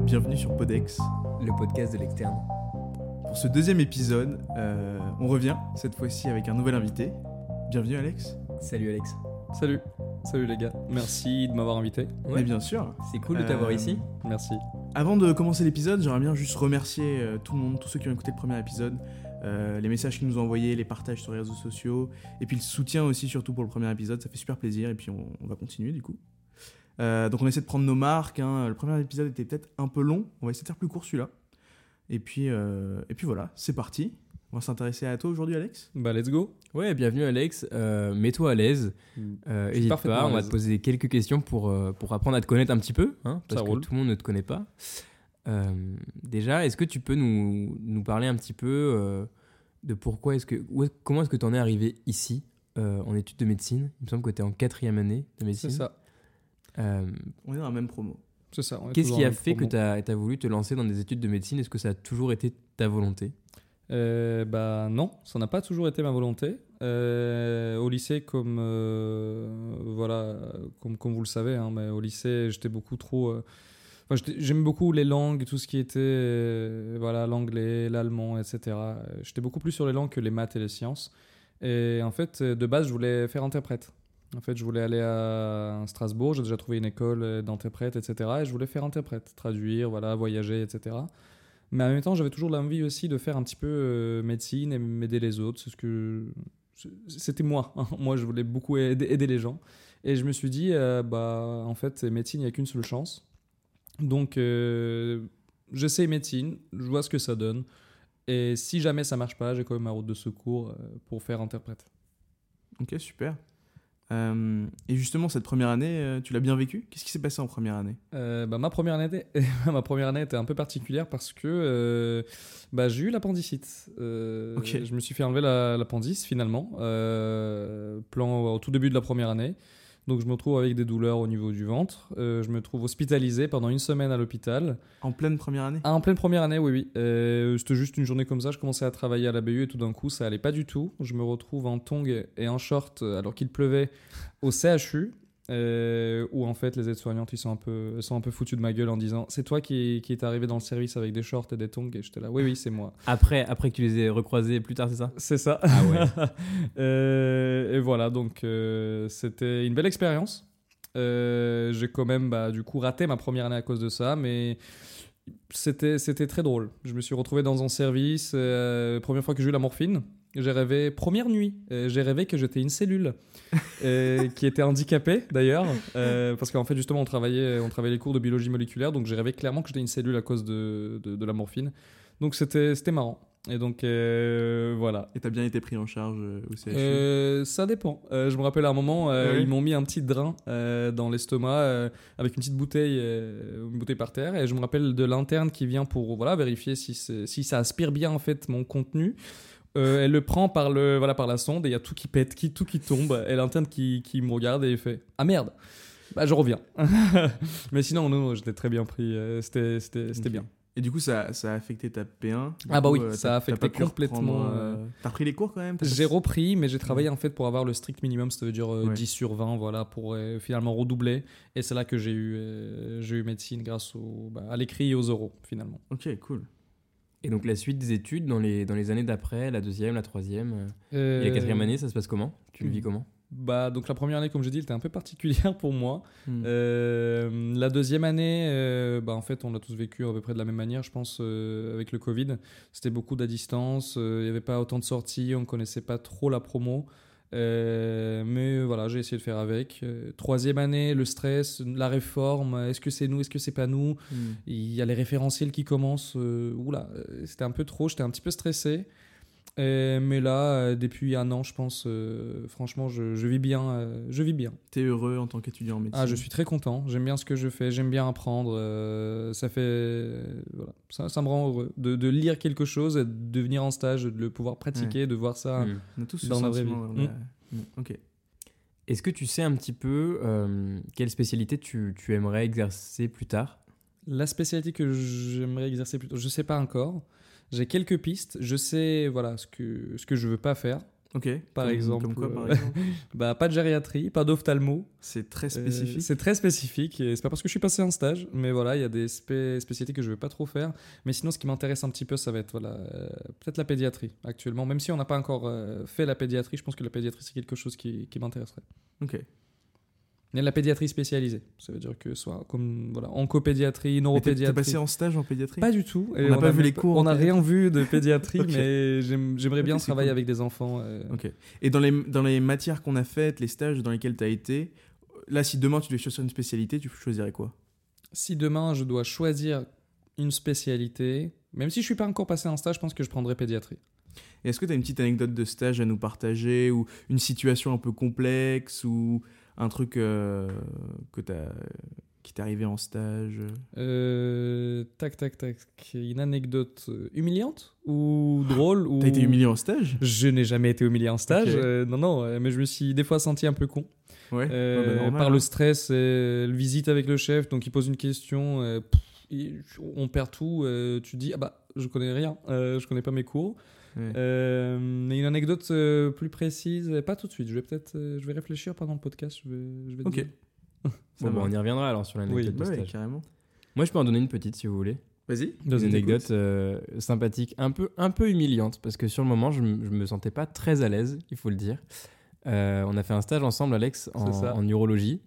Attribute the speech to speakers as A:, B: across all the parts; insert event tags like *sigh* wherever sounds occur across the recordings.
A: bienvenue sur Podex.
B: le podcast de l'externe.
A: Pour ce deuxième épisode, euh, on revient cette fois-ci avec un nouvel invité. Bienvenue Alex.
B: Salut Alex.
C: Salut, salut les gars. Merci de m'avoir invité.
B: Ouais.
A: Mais bien sûr.
B: C'est cool de
A: Euh,
B: t'avoir ici.
C: Merci.
A: Avant de commencer l'épisode, j'aimerais bien juste remercier euh, tout le monde, tous ceux qui ont écouté le premier épisode, euh, les messages qu'ils nous ont envoyés, les partages sur les réseaux sociaux, et puis le soutien aussi surtout pour le premier épisode, ça fait super plaisir, et puis on, on va continuer du coup. Euh, donc on essaie de prendre nos marques, hein. le premier épisode était peut-être un peu long, on va essayer de faire plus court celui-là. Et puis, euh, et puis voilà, c'est parti. On va s'intéresser à toi aujourd'hui Alex.
C: Bah let's go.
D: Ouais, bienvenue Alex. Euh, Mets-toi à l'aise.
C: Mm.
D: Euh,
C: Je suis
D: Hésite
C: parfaitement
D: pas,
C: à
D: on va
C: l'aise.
D: te poser quelques questions pour, euh, pour apprendre à te connaître un petit peu, hein, parce
C: Ça
D: que
C: roule.
D: tout le monde ne te connaît pas. Euh, déjà, est-ce que tu peux nous, nous parler un petit peu euh, de pourquoi est-ce que où est- comment est-ce que tu en es arrivé ici euh, en études de médecine Il me semble que tu es en quatrième année de médecine.
C: C'est ça.
D: Euh,
A: On est dans la même promo.
C: C'est ça. on est
D: Qu'est-ce
C: toujours
D: qui
C: dans
D: a
C: le
D: fait que
C: promo.
D: tu as, voulu te lancer dans des études de médecine Est-ce que ça a toujours été ta volonté
C: Euh, Bah non, ça n'a pas toujours été ma volonté. Euh, au lycée, comme euh, voilà, comme, comme vous le savez, hein, mais au lycée, j'étais beaucoup trop. euh, enfin, j'étais- j'aimais beaucoup les langues, tout ce qui était euh, voilà l'anglais, l'allemand, etc. Euh, J'étais beaucoup plus sur les langues que les maths et les sciences. Et en fait, euh, de base, je voulais faire interprète. En fait, je voulais aller à Strasbourg. J'ai déjà trouvé une école euh, d'interprète, etc. Et je voulais faire interprète, traduire, voilà, voyager, etc. Mais en même temps, j'avais toujours l'envie aussi de faire un petit peu euh, médecine et m'aider les autres. C'est ce que c'était moi. hein. *laughs* Moi, je voulais beaucoup aider, aider les gens. Et je me suis dit, euh, bah, en fait, médecine, il n'y a qu'une seule chance. Donc, euh, j'essaie médecine, je vois ce que ça donne. Et si jamais ça marche pas, j'ai quand même ma route de secours euh, pour faire interprète.
A: Ok, super. Euh, et justement, cette première année, euh, tu l'as bien vécu Qu'est-ce qui s'est passé en première année
C: Euh, bah, ma, première année *laughs* était, ma première année était un peu particulière parce que euh, bah, j'ai eu l'appendicite. Euh,
A: Ok.
C: Je me suis fait enlever la- l'appendice finalement, euh, plan au tout début de la première année. Donc je me retrouve avec des douleurs au niveau du ventre. Euh, je me trouve hospitalisé pendant une semaine à l'hôpital.
A: En pleine première année
C: Ah, en pleine première année, oui, oui. Euh, c'était juste une journée comme ça. Je commençais à travailler à la BU et tout d'un coup, ça allait pas du tout. Je me retrouve en tongs et en short euh, alors qu'il pleuvait au CHU. euh, où en fait les aides-soignantes ils sont un peu sont un peu foutus de ma gueule en disant c'est toi qui, qui est arrivé dans le service avec des shorts et des tongs et j'étais là oui oui c'est moi
D: après, après que tu les aies recroisés plus tard, c'est ça
C: c'est ça. *laughs* Euh, et voilà, donc euh, c'était une belle expérience. Euh, j'ai quand même bah, du coup raté ma première année à cause de ça, mais c'était, c'était très drôle. Je me suis retrouvé dans un service, euh, première fois que j'ai eu la morphine. J'ai rêvé, première nuit, euh, j'ai rêvé que j'étais une cellule euh, qui était handicapée d'ailleurs, euh, parce qu'en fait justement on travaillait, on travaillait les cours de biologie moléculaire, donc j'ai rêvé clairement que j'étais une cellule à cause de, de, de la morphine. Donc c'était, c'était marrant. Et donc euh, voilà,
A: Et t'as bien été pris en charge euh, au CHU
C: euh, ça dépend. Euh, je me rappelle à un moment, euh,
A: Ouais.
C: ils m'ont mis un petit drain euh, dans l'estomac euh, avec une petite bouteille, euh, une bouteille par terre. Et je me rappelle de l'interne qui vient pour voilà vérifier si, c'est- si ça aspire bien en fait mon contenu. Euh, elle le prend par le voilà par la sonde et il y a tout qui pète, qui tout qui tombe. Et l'interne qui, qui me regarde et fait ah merde. Bah je reviens. *laughs* Mais sinon non, j'étais très bien pris. euh, C'était c'était c'était
A: Ok.
C: bien.
A: Et du coup, ça, ça a affecté ta P1 Du
C: Ah bah
A: coup,
C: oui,
A: euh, t'as-
C: ça a
A: t'as pas
C: affecté
A: pu
C: complètement,
A: reprendre, euh, T'as repris les cours quand même t'as
C: J'ai
A: pas-
C: repris, mais j'ai travaillé en fait pour avoir le strict minimum, ça veut dire euh,
A: Ouais.
C: 10 sur 20, voilà, pour euh, finalement redoubler. Et c'est là que j'ai eu, euh, j'ai eu médecine grâce au, bah, à l'écrit et aux oraux, finalement.
A: Ok, cool.
D: Et donc la suite des études dans les, dans les années d'après, la deuxième, la troisième euh, Et la quatrième année, ça se passe comment Tu le vis comment
C: bah, Donc la première année, comme j'ai dit, elle était un peu particulière *laughs* pour moi.
A: Hmm.
C: Euh, la deuxième année, euh, bah, en fait, on l'a tous vécu à peu près de la même manière, je pense, euh, avec le Covid. C'était beaucoup de distance, euh, il n'y avait pas autant de sorties, on ne connaissait pas trop la promo. Euh, mais voilà, j'ai essayé de faire avec. Euh, troisième année, le stress, la réforme, est-ce que c'est nous, est-ce que c'est pas nous
A: Hmm.
C: il y a les référentiels qui commencent. euh, oula, euh, c'était un peu trop, j'étais un petit peu stressé. Euh, mais là, euh, depuis un an, je pense, euh, franchement, je, je vis bien. euh, je vis bien.
A: T'es heureux en tant qu'étudiant en médecine
C: Ah, je suis très content. J'aime bien ce que je fais. J'aime bien apprendre. euh, ça fait, euh, voilà, ça, ça me rend heureux de, de lire quelque chose, et de venir en stage, de le pouvoir pratiquer, de voir ça.
D: Hmm.
A: On a tous ce
C: dans la vraie
A: sentiment,
C: vie.
A: on a- Hmm, Ok.
D: Est-ce que tu sais un petit peu euh, quelle spécialité tu, tu aimerais exercer plus tard
C: La spécialité que j'aimerais exercer plutôt, je sais pas encore. J'ai quelques pistes. Je sais voilà ce que ce que je veux pas faire.
A: Ok.
C: Par
A: Comme-
C: exemple,
A: Comme quoi,
C: euh,
A: par exemple
C: Bah, pas de gériatrie, pas d'ophtalmo.
A: C'est très
C: *laughs* Euh,
A: spécifique.
C: c'est très spécifique. et C'est pas parce que je suis passé un stage, mais voilà, il y a des spé- spécialités que je vais pas trop faire. Mais sinon, ce qui m'intéresse un petit peu, ça va être voilà, euh, peut-être la pédiatrie actuellement. Même si on n'a pas encore euh, fait la pédiatrie, je pense que la pédiatrie, c'est quelque chose qui, qui m'intéresserait.
A: ok.
C: Il y a de la pédiatrie spécialisée. Ça veut dire que soit comme voilà,
A: Mais
C: oncopédiatrie,
A: t'es- T'as
C: neuropédiatrie.
A: passé en stage en pédiatrie
C: Pas du tout.
A: On n'a pas
C: a
A: vu
C: même
A: les cours
C: On
A: en
C: n'a rien vu de
A: *laughs*
C: pédiatrie,
A: Ok.
C: mais j'aime- j'aimerais bien
A: Ok, c'est
C: travailler
A: cool.
C: avec des enfants. euh,
A: Ok. Et dans les, dans les matières qu'on a faites, les stages dans lesquels tu as été, là, si demain tu devais choisir une spécialité, tu choisirais quoi
C: si demain je dois choisir une spécialité, même si je suis pas encore passé un stage, je pense que je prendrai pédiatrie.
A: Et Est-ce que tu as une petite anecdote de stage à nous partager ou une situation un peu complexe ou un truc euh, que t'as- qui t'est arrivé en stage
C: Euh, tac, tac, tac. Une anecdote euh, humiliante ou drôle ou...
A: T'as été humilié en stage
C: Je n'ai jamais été humilié en stage.
A: Ok.
C: euh, non, non, euh, mais je me suis des fois senti un peu con.
A: *laughs* Ouais.
C: Euh,
A: Ouais, bah, normal,
C: par le
A: hein.
C: stress, euh, le visite avec le chef, donc il pose une question, euh, pff, il- on perd tout, euh, tu dis ah bah je connais rien, euh, je connais pas mes cours.
A: Ouais.
C: Euh, mais une anecdote euh, plus précise, euh, pas tout de suite, je vais peut-être, euh, je vais réfléchir pendant le podcast, je vais, je vais te
A: Ok.
C: dire.
A: Ça
D: Bon, bah,
A: marche.
D: on y reviendra alors sur l'anecdote
C: Oui.
D: de
A: Bah ouais,
D: stage.
A: carrément.
D: Moi, je peux en donner une petite si vous voulez.
A: Vas-y.
C: Vas-y,
D: une
C: t'écoutes.
D: anecdote euh, sympathique, un peu, un peu humiliante, parce que sur le moment, je, m- je me sentais pas très à l'aise, il faut le dire. Euh, on a fait un stage ensemble, Alex, en,
C: C'est ça.
D: en urologie.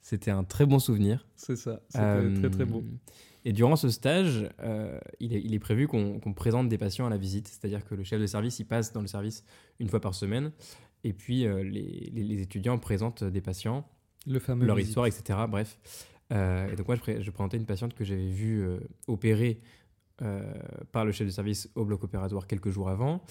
D: C'était un très bon souvenir.
C: C'est ça, c'était
D: Euh,
C: très très beau.
D: Et durant ce stage, euh, il, est, il est prévu qu'on qu'on présente des patients à la visite, c'est-à-dire que le chef de service, il passe dans le service une fois par semaine, et puis euh, les- les- les étudiants présentent des patients
C: Le fameux.
D: leur
C: visite.
D: histoire, etc. Bref. Euh, et donc moi, je, pré- je présentais une patiente que j'avais vue euh, opérée euh, par le chef de service au bloc opératoire quelques jours avant.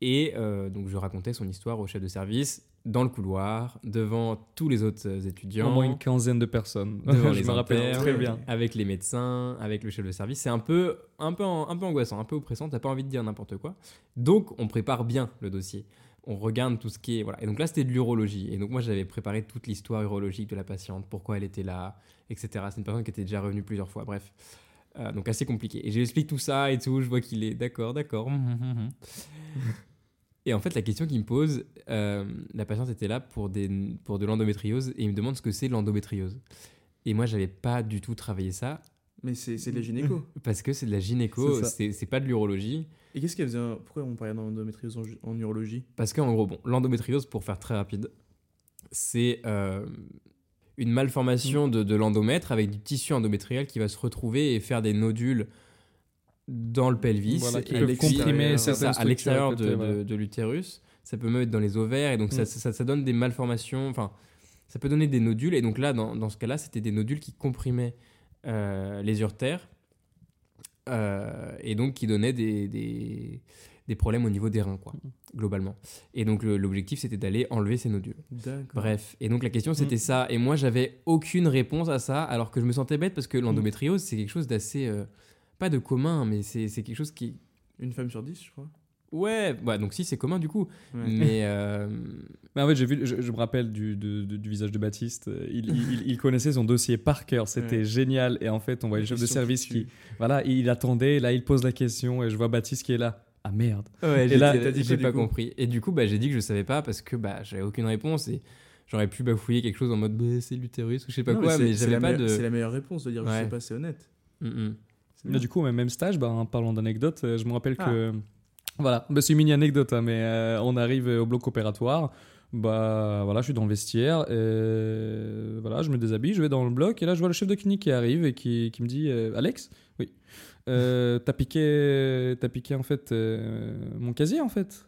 D: Et euh, donc je racontais son histoire au chef de service dans le couloir, devant tous les autres euh,
C: Au
D: étudiants,
C: moins une quinzaine de personnes.
D: Devant
C: *laughs* je
D: les
C: me rappelle
D: internes.
C: très bien.
D: avec les médecins, avec le chef de service. C'est un peu, un, peu en- un peu angoissant, un peu oppressant, t'as pas envie de dire n'importe quoi. Donc on prépare bien le dossier. On regarde tout ce qui est... Voilà. Et donc là, c'était de l'urologie. Et donc moi, j'avais préparé toute l'histoire urologique de la patiente, pourquoi elle était là, etc. C'est une personne qui était déjà revenue plusieurs fois, bref. Euh, donc assez compliqué. Et je lui explique tout ça et tout, je vois qu'il est d'accord, d'accord. hum, hum, hum, hum. Et en fait, la question qu'il me pose, euh, la patiente était là pour, des, pour de l'endométriose et il me demande ce que c'est l'endométriose. Et moi, j'avais pas du tout travaillé ça
A: Mais c'est c'est les gynécos.
D: *laughs* parce que c'est de la gynéco,
C: C'est ça.
D: c'est c'est pas de l'urologie.
A: Et qu'est-ce qu'elle faisait un- Pourquoi on parlait d'endométriose en, ju- en urologie
D: Parce qu'en gros, bon, l'endométriose, pour faire très rapide, c'est euh, une malformation de, de l'endomètre avec du tissu endométrial qui va se retrouver et faire des nodules dans le pelvis.
C: Voilà, qui
D: et
C: peuvent
D: puis-
C: comprimer
A: l'extérieur,
D: C'est ça,
C: certaines
D: à
C: structures
D: l'extérieur
C: côté,
D: de,
C: voilà.
D: de- de l'utérus, ça peut même être dans les ovaires, et donc ça,
C: Mm.
D: ça, ça donne des malformations, enfin, ça peut donner des nodules, et donc là, dans, dans ce cas-là, c'était des nodules qui comprimaient euh, les urtères, euh, et donc qui donnaient des, des, des problèmes au niveau des reins, quoi,
C: Mm.
D: globalement. Et donc le- l'objectif, c'était d'aller enlever ces nodules.
A: D'accord. Mm.
D: Bref, et donc la question c'était ça, et moi j'avais aucune réponse à ça, alors que je me sentais bête
A: Mm.
D: parce que l'endométriose c'est quelque chose d'assez, euh, pas de commun, mais c'est c'est quelque chose qui...
A: Une femme sur dix, je crois.
D: Ouais, bah, donc si c'est commun du coup,
A: Ouais. *laughs*
D: mais euh,
C: Mais en fait, j'ai vu, je, je me rappelle du, de- de- du visage de Baptiste. euh, Il, il- il- il connaissait son dossier par cœur. C'était
A: Ouais.
C: génial. Et en fait, on voit le chef de service qui, voilà, il attendait. Là, il pose la question et je vois Baptiste qui est là. Ah merde.
D: j'ai-
C: là,
D: j'ai-
A: t'as dit quoi,
D: j'ai
A: du
D: pas
A: coup
D: compris. Et du coup, bah, j'ai dit que je savais pas parce que bah, j'avais aucune réponse et j'aurais pu bafouiller quelque chose en mode Bah, c'est l'utérus ou je sais pas
A: Non,
D: quoi,
A: c'est-
D: mais
A: c'est
D: j'avais
A: la
D: pas
A: meilleure- C'est
D: de.
A: la meilleure réponse de dire je
D: Ouais.
A: sais pas, c'est honnête.
D: Mm, mm.
A: C'est
C: Mais
A: bien.
C: du coup, au même stage, bah, en parlant d'anecdote, euh, je me rappelle
A: Ah.
C: que. Voilà, bah, c'est une mini-anecdote, hein, mais euh, on arrive au bloc opératoire. Bah voilà, je suis dans le vestiaire, et voilà, je me déshabille, je vais dans le bloc, et là je vois le chef de clinique qui arrive et qui, qui me dit euh, Alex Oui. Euh, t'as piqué, t'as piqué en fait euh, mon casier en fait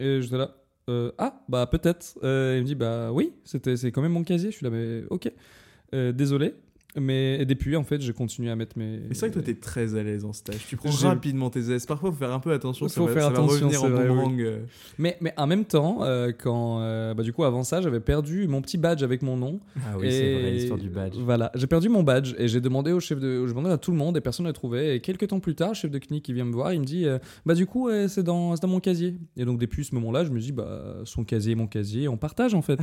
C: Et j'étais là Euh, Ah, bah peut-être. Euh, il me dit Bah oui, c'était, c'est quand même mon casier. Je suis là, mais ok. Euh, désolé. Mais et depuis en fait, j'ai continué à mettre mes.
A: Mais c'est vrai que toi, t'es très à l'aise en stage. Tu prends
C: J'ai-
A: rapidement tes aises. Parfois, faut faire un peu attention. ça
C: Faut
A: va-
C: faire
A: ça va
C: attention,
A: revenir en
C: c'est vrai, oui.
A: boomerang. euh.
C: Mais, mais en même temps, euh, quand euh, bah, du coup avant ça, j'avais perdu mon petit badge avec mon nom.
D: Ah oui,
C: Et-
D: c'est vrai, l'histoire du badge.
C: Voilà, j'ai perdu mon badge et j'ai demandé au chef de, je demandais à tout le monde et personne ne l'a trouvé. Et quelques temps plus tard, le chef de clinique qui vient me voir, il me dit, euh, bah du coup euh, c'est dans, c'est dans mon casier. Et donc depuis ce moment-là, je me dis, bah son casier,
D: *laughs*
C: mon casier, on partage en fait.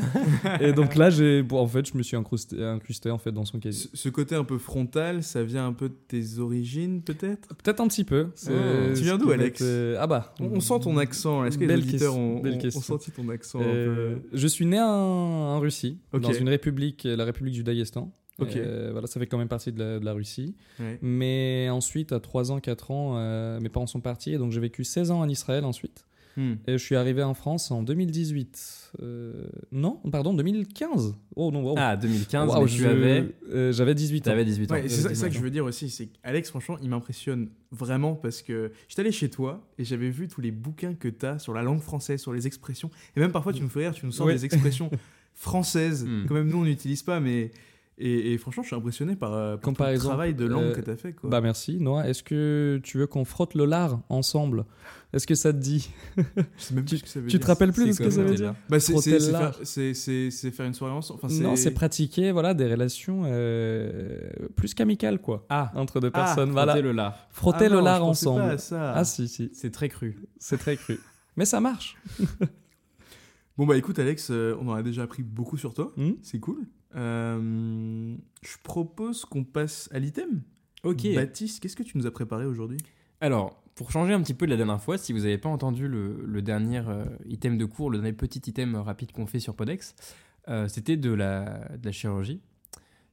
C: et donc là, j'ai, bon, en fait, je me suis incrusté, incrusté en fait dans son casier.
A: Ce, ce ce côté un peu frontal, ça vient un peu de tes origines, peut-être
C: Peut-être un petit peu. C'est-
D: Ah.
A: Oh. Tu viens d'où,
C: c'est
A: Alex
C: peut-être- Ah bah.
A: on, on sent ton accent. là. Est-ce que les
C: Belle
A: auditeurs
C: question,
A: ont,
C: belle
A: ont- ont
C: question.
A: senti ton accent
C: Euh,
A: un peu
C: Je suis né en, en Russie,
A: Ok.
C: dans une république, euh, la République du Daghestan.
A: Ok.
C: Euh, voilà, ça fait quand même partie de la, de la Russie.
A: Ouais.
C: Mais ensuite, à 3 ans, 4 ans, euh, mes parents sont partis. Et donc, j'ai vécu 16 ans en Israël ensuite.
A: Hmm.
C: Et je suis arrivé en France en 2018. Euh, non, pardon, 2015. Oh non, wow.
D: Ah, 2015,
C: Wow,
D: mais tu
C: je-
D: avais,
C: euh, J'avais 18
D: tu
C: ans.
D: avais 18 ans.
A: Ouais, c'est ça, c'est ça que je
C: d'accord.
A: veux dire aussi, c'est Alex, franchement, il m'impressionne vraiment parce que j'étais allé chez toi et j'avais vu tous les bouquins que t'as sur la langue française, sur les expressions, et même parfois tu nous fais rire, tu nous sors
C: Ouais.
A: des
C: *laughs*
A: expressions françaises,
D: Hmm.
A: quand même nous on n'utilise pas, mais et, et franchement, je suis impressionné par, euh, par ton
C: Comparaison,
A: travail de langue
C: euh,
A: que t'as fait. Quoi.
C: Bah merci, Noah. Est-ce que tu veux qu'on frotte le lard ensemble Est-ce que ça te dit
A: je sais même plus ce que ça veut
C: Tu te
A: dire.
C: rappelles plus
D: C'est
C: de ce que
D: quoi,
C: ça veut
D: t'es
C: dire
D: là
A: Bah, c'est- c'est- c'est
C: Frottel-lard.
A: faire- C'est c'est- c'est faire une soirée ensemble. Enfin, Ah
C: Non, c'est pratiquer voilà, des relations euh, plus qu'amicales, quoi.
D: Ah,
C: Entre deux
A: Ah,
C: personnes, voilà.
D: C'était le lard.
C: Frotter
A: Ah
C: le
A: non,
C: lard
A: je pensais
C: ensemble.
A: pas à ça.
C: Ah si, si,
D: C'est très cru.
C: c'est très *laughs* cru. Mais ça marche.
A: Bon, bah écoute, Alex, euh, on en a déjà appris beaucoup sur toi.
C: Hmm
A: C'est cool. Euh, je propose qu'on passe à l'item.
D: Ok.
A: Baptiste, qu'est-ce que tu nous as préparé aujourd'hui
D: Alors, pour changer un petit peu de la dernière fois, si vous n'avez pas entendu le, le dernier euh, item de cours, le dernier petit item euh, rapide qu'on fait sur Podex, euh, c'était de la, de la chirurgie.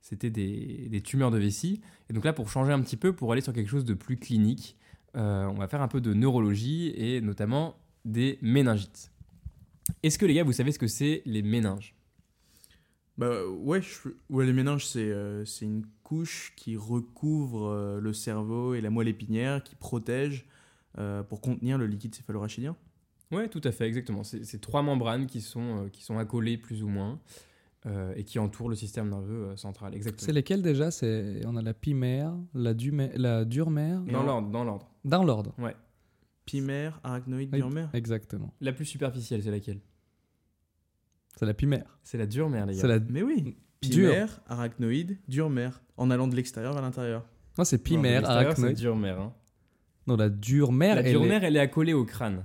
D: C'était des, des tumeurs de vessie. Et donc là, pour changer un petit peu, pour aller sur quelque chose de plus clinique, euh, on va faire un peu de neurologie et notamment des méningites. Est-ce que les gars, vous savez ce que c'est les méninges
A: Bah ouais, je- ouais, les méninges, c'est euh, c'est une couche qui recouvre euh, le cerveau et la moelle épinière, qui protège euh, pour contenir le liquide céphalorachidien.
D: Ouais, tout à fait, exactement. C'est c'est trois membranes qui sont, euh, qui sont accolées plus ou moins euh, et qui entourent le système nerveux euh, central. Exactement.
C: C'est lesquels déjà C'est On a la pimère, la, dumé- la durmère,
A: les-
D: Dans
A: Non.
D: l'ordre, dans l'ordre.
C: dans l'ordre.
A: Pimère, arachnoïde,
C: Oui.
A: durmère.
C: Exactement.
D: La plus superficielle, c'est laquelle
C: C'est la pimère.
D: C'est la dure mère, les
C: C'est
D: gars.
C: la...
A: Mais oui,
C: Dur.
A: pimère, arachnoïde, durmère, en allant de l'extérieur vers l'intérieur.
C: Non, c'est pimère,
D: C'est
C: arachnoïde.
D: dure mère. hein.
C: Non, la durmère,
D: La
C: elle est-
D: dure mère, elle est accolée au crâne.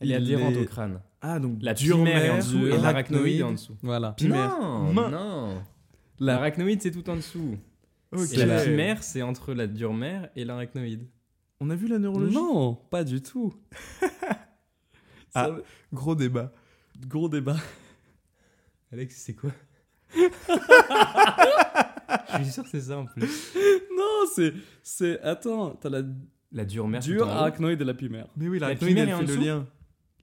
D: Elle est
A: Il
D: adhérente
A: est-
D: au crâne.
A: Ah, donc
D: La dure mère est en
A: durmère,
D: dessous et l'arachnoïde est en dessous.
C: Voilà.
A: Pimère.
D: Non,
A: Ma-
D: non.
C: La-
D: L'arachnoïde, c'est tout en dessous.
A: Ok.
D: Et la
C: la-
D: pimère, c'est entre la dure mère et l'arachnoïde.
A: On a vu la neurologie
C: Non, pas du tout.
A: Ah, gros débat.
C: Gros débat.
D: Alex, c'est quoi Je suis sûr que c'est ça en plus.
C: *laughs* Non, c'est. c'est... Attends, t'as la
D: La dure mère,
C: dure
D: tout en haut.
C: arachnoïde et la pimère.
A: Mais oui,
D: La
A: l'arachnoïde,
D: pimère
A: elle
D: est en
A: fait le
D: dessous
A: lien.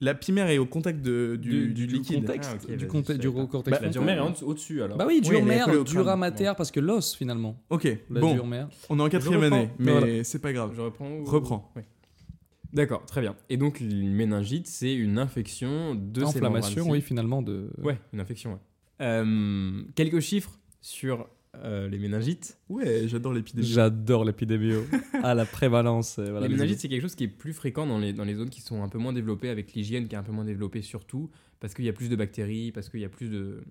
A: La pimère est au contact de- du, du liquide. Bah,
C: contexte.
D: Ah, ok,
C: du
D: vas-y,
C: conte-
D: je savais
C: du gros
D: pas.
C: cortex.
D: La dure mère est en dessous- au-dessus alors.
C: Bah oui,
A: Oui, elle est
C: dure mère,
A: collée au crâne.
C: dura mater, parce que l'os finalement.
A: Ok,
C: La
A: hein. bon,
C: dure mère.
A: on est en quatrième
D: reprends.
A: année, mais
C: Voilà.
A: c'est pas grave.
D: Je reprends. ou-
A: Reprends.
D: Oui. D'accord, très bien. Et donc, une méningite, c'est une infection de ces
C: Inflammation, oui,
D: membranes-ci.
C: finalement. de.
D: Ouais, une infection, ouais. Euh, quelques chiffres sur euh, les méningites.
A: Ouais, j'adore l'épidémie.
C: *laughs* J'adore l'épidémio. ah, la prévalence. euh, voilà,
D: les
C: les
D: méningites, c'est quelque chose qui est plus fréquent dans les, dans les zones qui sont un peu moins développées, avec l'hygiène qui est un peu moins développée, surtout parce qu'il y a plus de bactéries, parce qu'il y a plus de,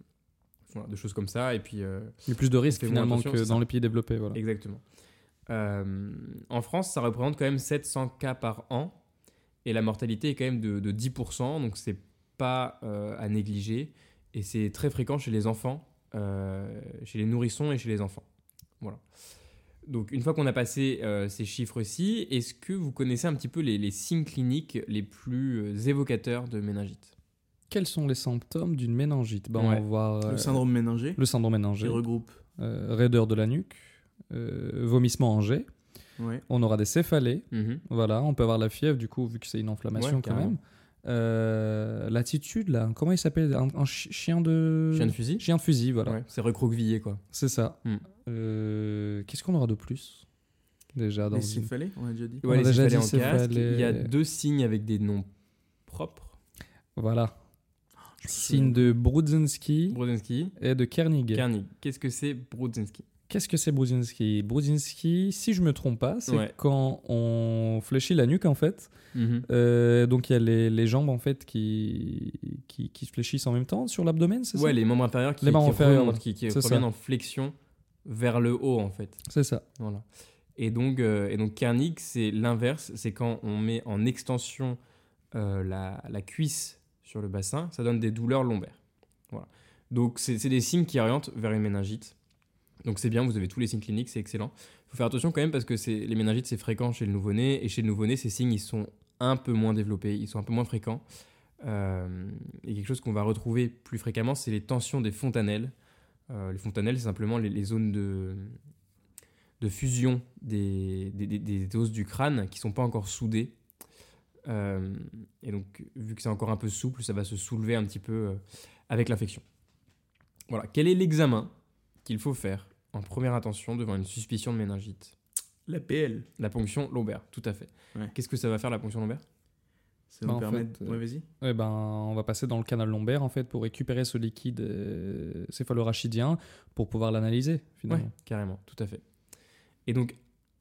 D: voilà, de choses comme ça. Et puis, euh,
C: Il y a plus de risques
D: Fais-moi
C: finalement
D: attention,
C: que
D: c'est
C: dans les pays développés. Voilà.
D: Exactement. Euh, en France, ça représente quand même 700 cas par an et la mortalité est quand même de, de 10%, donc c'est pas euh, à négliger et c'est très fréquent chez les enfants, euh, chez les nourrissons et chez les enfants. Voilà. Donc une fois qu'on a passé euh, ces chiffres-ci, est-ce que vous connaissez un petit peu les, les signes cliniques les plus euh, évocateurs de méningite
C: Quels sont les symptômes d'une méningite bah,
D: Ouais.
C: On va voir. euh,
A: Le syndrome méningé,
C: le syndrome
A: qui
C: méningé.
A: regroupe.
C: euh, raideur de la nuque. euh, vomissement en jet.
A: Ouais.
C: On aura des céphalées.
D: Mm-hmm.
C: Voilà, on peut avoir la fièvre, du coup, vu que c'est une inflammation
D: Ouais,
C: quand
D: carrément.
C: même. Euh, L'attitude, là, comment il s'appelle un, un chi- chien de...
D: Chien de fusil
C: Chien de fusil, Euh, voilà.
D: Ouais, C'est recroquevillé quoi.
C: C'est ça.
D: Hmm.
C: Euh, Qu'est-ce qu'on aura de plus Déjà, dans
A: Les
C: une-
A: céphalées, on a déjà dit.
C: On
D: Ouais,
C: a
D: les
C: déjà
D: céphalées
C: dit
D: en casque.
C: céphalées.
D: Il y a deux signes avec des noms propres.
C: Voilà.
D: Oh,
A: Je me
C: Signe de Brudzinski
D: Brodzinski.
C: et de Kernig.
D: Kernig. Qu'est-ce que c'est Brodzinski
C: Qu'est-ce que c'est Brudzinski Brudzinski, si je me trompe pas, c'est
D: Ouais.
C: quand on fléchit la nuque, en fait. Euh, donc, il y a les, les jambes, en fait, qui, qui, qui se fléchissent en même temps sur l'abdomen, c'est
D: Ouais,
C: ça
D: les membres inférieurs qui,
C: Les membres
D: qui
C: inférieurs,
D: remontent,
C: ouais.
D: qui, qui
C: C'est
D: reviennent
C: ça.
D: en flexion vers le haut en fait.
C: C'est ça.
D: Voilà. Et donc, euh, et donc Kernig, c'est l'inverse. C'est quand on met en extension euh, la, la cuisse sur le bassin, ça donne des douleurs lombaires. Voilà. Donc, c'est c'est des signes qui orientent vers une méningite. Donc c'est bien, vous avez tous les signes cliniques, c'est excellent. Il faut faire attention quand même parce que c'est- les méningites, c'est fréquent chez le nouveau-né. Et chez le nouveau-né, ces signes, ils sont un peu moins développés, ils sont un peu moins fréquents. Euh, et quelque chose qu'on va retrouver plus fréquemment, c'est les tensions des fontanelles. Euh, les fontanelles, c'est simplement les, les zones de, de fusion des, des, des- des os du crâne qui sont pas encore soudées. Euh, et donc, vu que c'est encore un peu souple, ça va se soulever un petit peu euh, avec l'infection. Voilà, quel est l'examen qu'il faut faire en première attention devant une suspicion de méningite
A: La PL.
D: La ponction lombaire, tout à fait.
A: Ouais.
D: Qu'est-ce que ça va faire la ponction lombaire
A: Ça nous
C: Bah, en
A: permet.
C: fait, euh,
A: Ouais, vas-y.
C: Eh ben, on va passer dans le canal lombaire en fait pour récupérer ce liquide euh, céphalorachidien pour pouvoir l'analyser
D: Ouais,
C: finalement.
D: carrément, tout à fait. Et donc,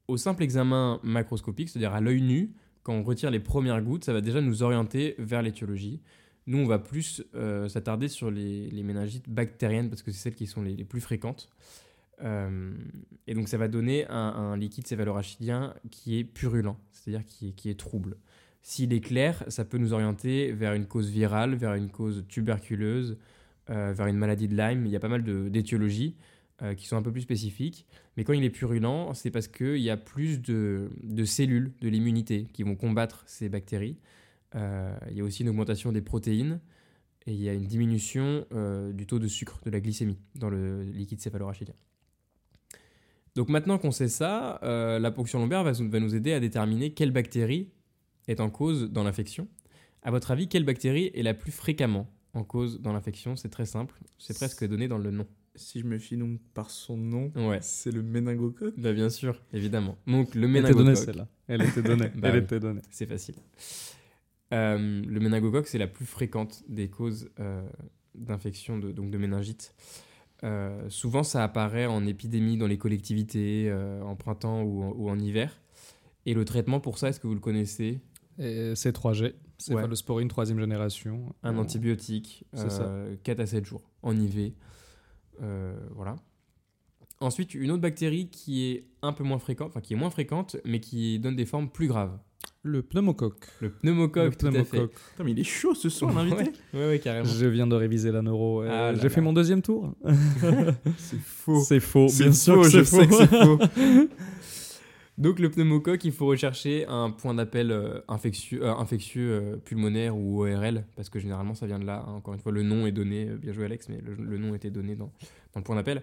D: au simple examen macroscopique, c'est-à-dire à l'œil nu, quand on retire les premières gouttes, ça va déjà nous orienter vers l'étiologie. Nous, on va plus euh, s'attarder sur les, les méningites bactériennes parce que c'est celles qui sont les, les plus fréquentes. Euh, et donc, ça va donner un, un liquide céphalorachidien qui est purulent, c'est-à-dire qui est, qui est trouble. S'il est clair, ça peut nous orienter vers une cause virale, vers une cause tuberculeuse, euh, vers une maladie de Lyme. Il y a pas mal de- d'étiologies euh, qui sont un peu plus spécifiques. Mais quand il est purulent, c'est parce qu'il y a plus de, de cellules de l'immunité qui vont combattre ces bactéries. Euh, il y a aussi une augmentation des protéines et il y a une diminution euh, du taux de sucre, de la glycémie dans le liquide céphalorachidien. Donc maintenant qu'on sait ça, euh, la ponction lombaire va, va nous aider à déterminer quelle bactérie est en cause dans l'infection. À votre avis, quelle bactérie est la plus fréquemment en cause dans l'infection C'est très simple, c'est presque donné dans le nom.
A: Si je me fie donc par son nom,
D: Ouais.
A: c'est le méningocoque.
D: Bah bien sûr, évidemment. Donc le
C: Elle était donnée
D: méningocoque,
C: celle-là. Elle était *laughs* donnée.
D: Bah
C: Elle
D: oui.
C: était donnée.
D: c'est facile. Euh, le méningocoque, c'est la plus fréquente des causes euh, d'infection de, donc de méningite. Euh, souvent, ça apparaît en épidémie dans les collectivités, euh, en printemps ou en, ou en hiver. Et le traitement pour ça, est-ce que vous le connaissez
C: Et C3G, céphalosporine troisième génération.
D: Un
C: Euh,
D: antibiotique,
C: C'est ça.
D: 4 à 7 jours, en IV. Euh, voilà. Ensuite, une autre bactérie qui est un peu moins fréquente, enfin qui est moins fréquente, mais qui donne des formes plus graves.
C: Le pneumocoque.
D: Le pneumocoque,
C: le
D: tout à fait.
C: pneumocoque.
A: Putain, mais il est chaud ce soir, l'invité. Ah,
D: Ouais, ouais, carrément.
C: Je viens de réviser la neuro. euh,
D: Ah là
C: J'ai fait
D: là.
C: mon deuxième tour.
A: C'est faux.
C: C'est faux.
A: C'est
C: Bien sûr
A: faux,
C: que
A: je
C: c'est
A: sais que
C: faux.
A: c'est faux.
C: *laughs*
D: Donc le pneumocoque, il faut rechercher un point d'appel euh, infectieux, euh, infectieux euh, pulmonaire ou ORL, parce que généralement ça vient de là. hein. Encore une fois, le nom est donné, euh, bien joué Alex, mais le, le nom était donné dans, dans le point d'appel.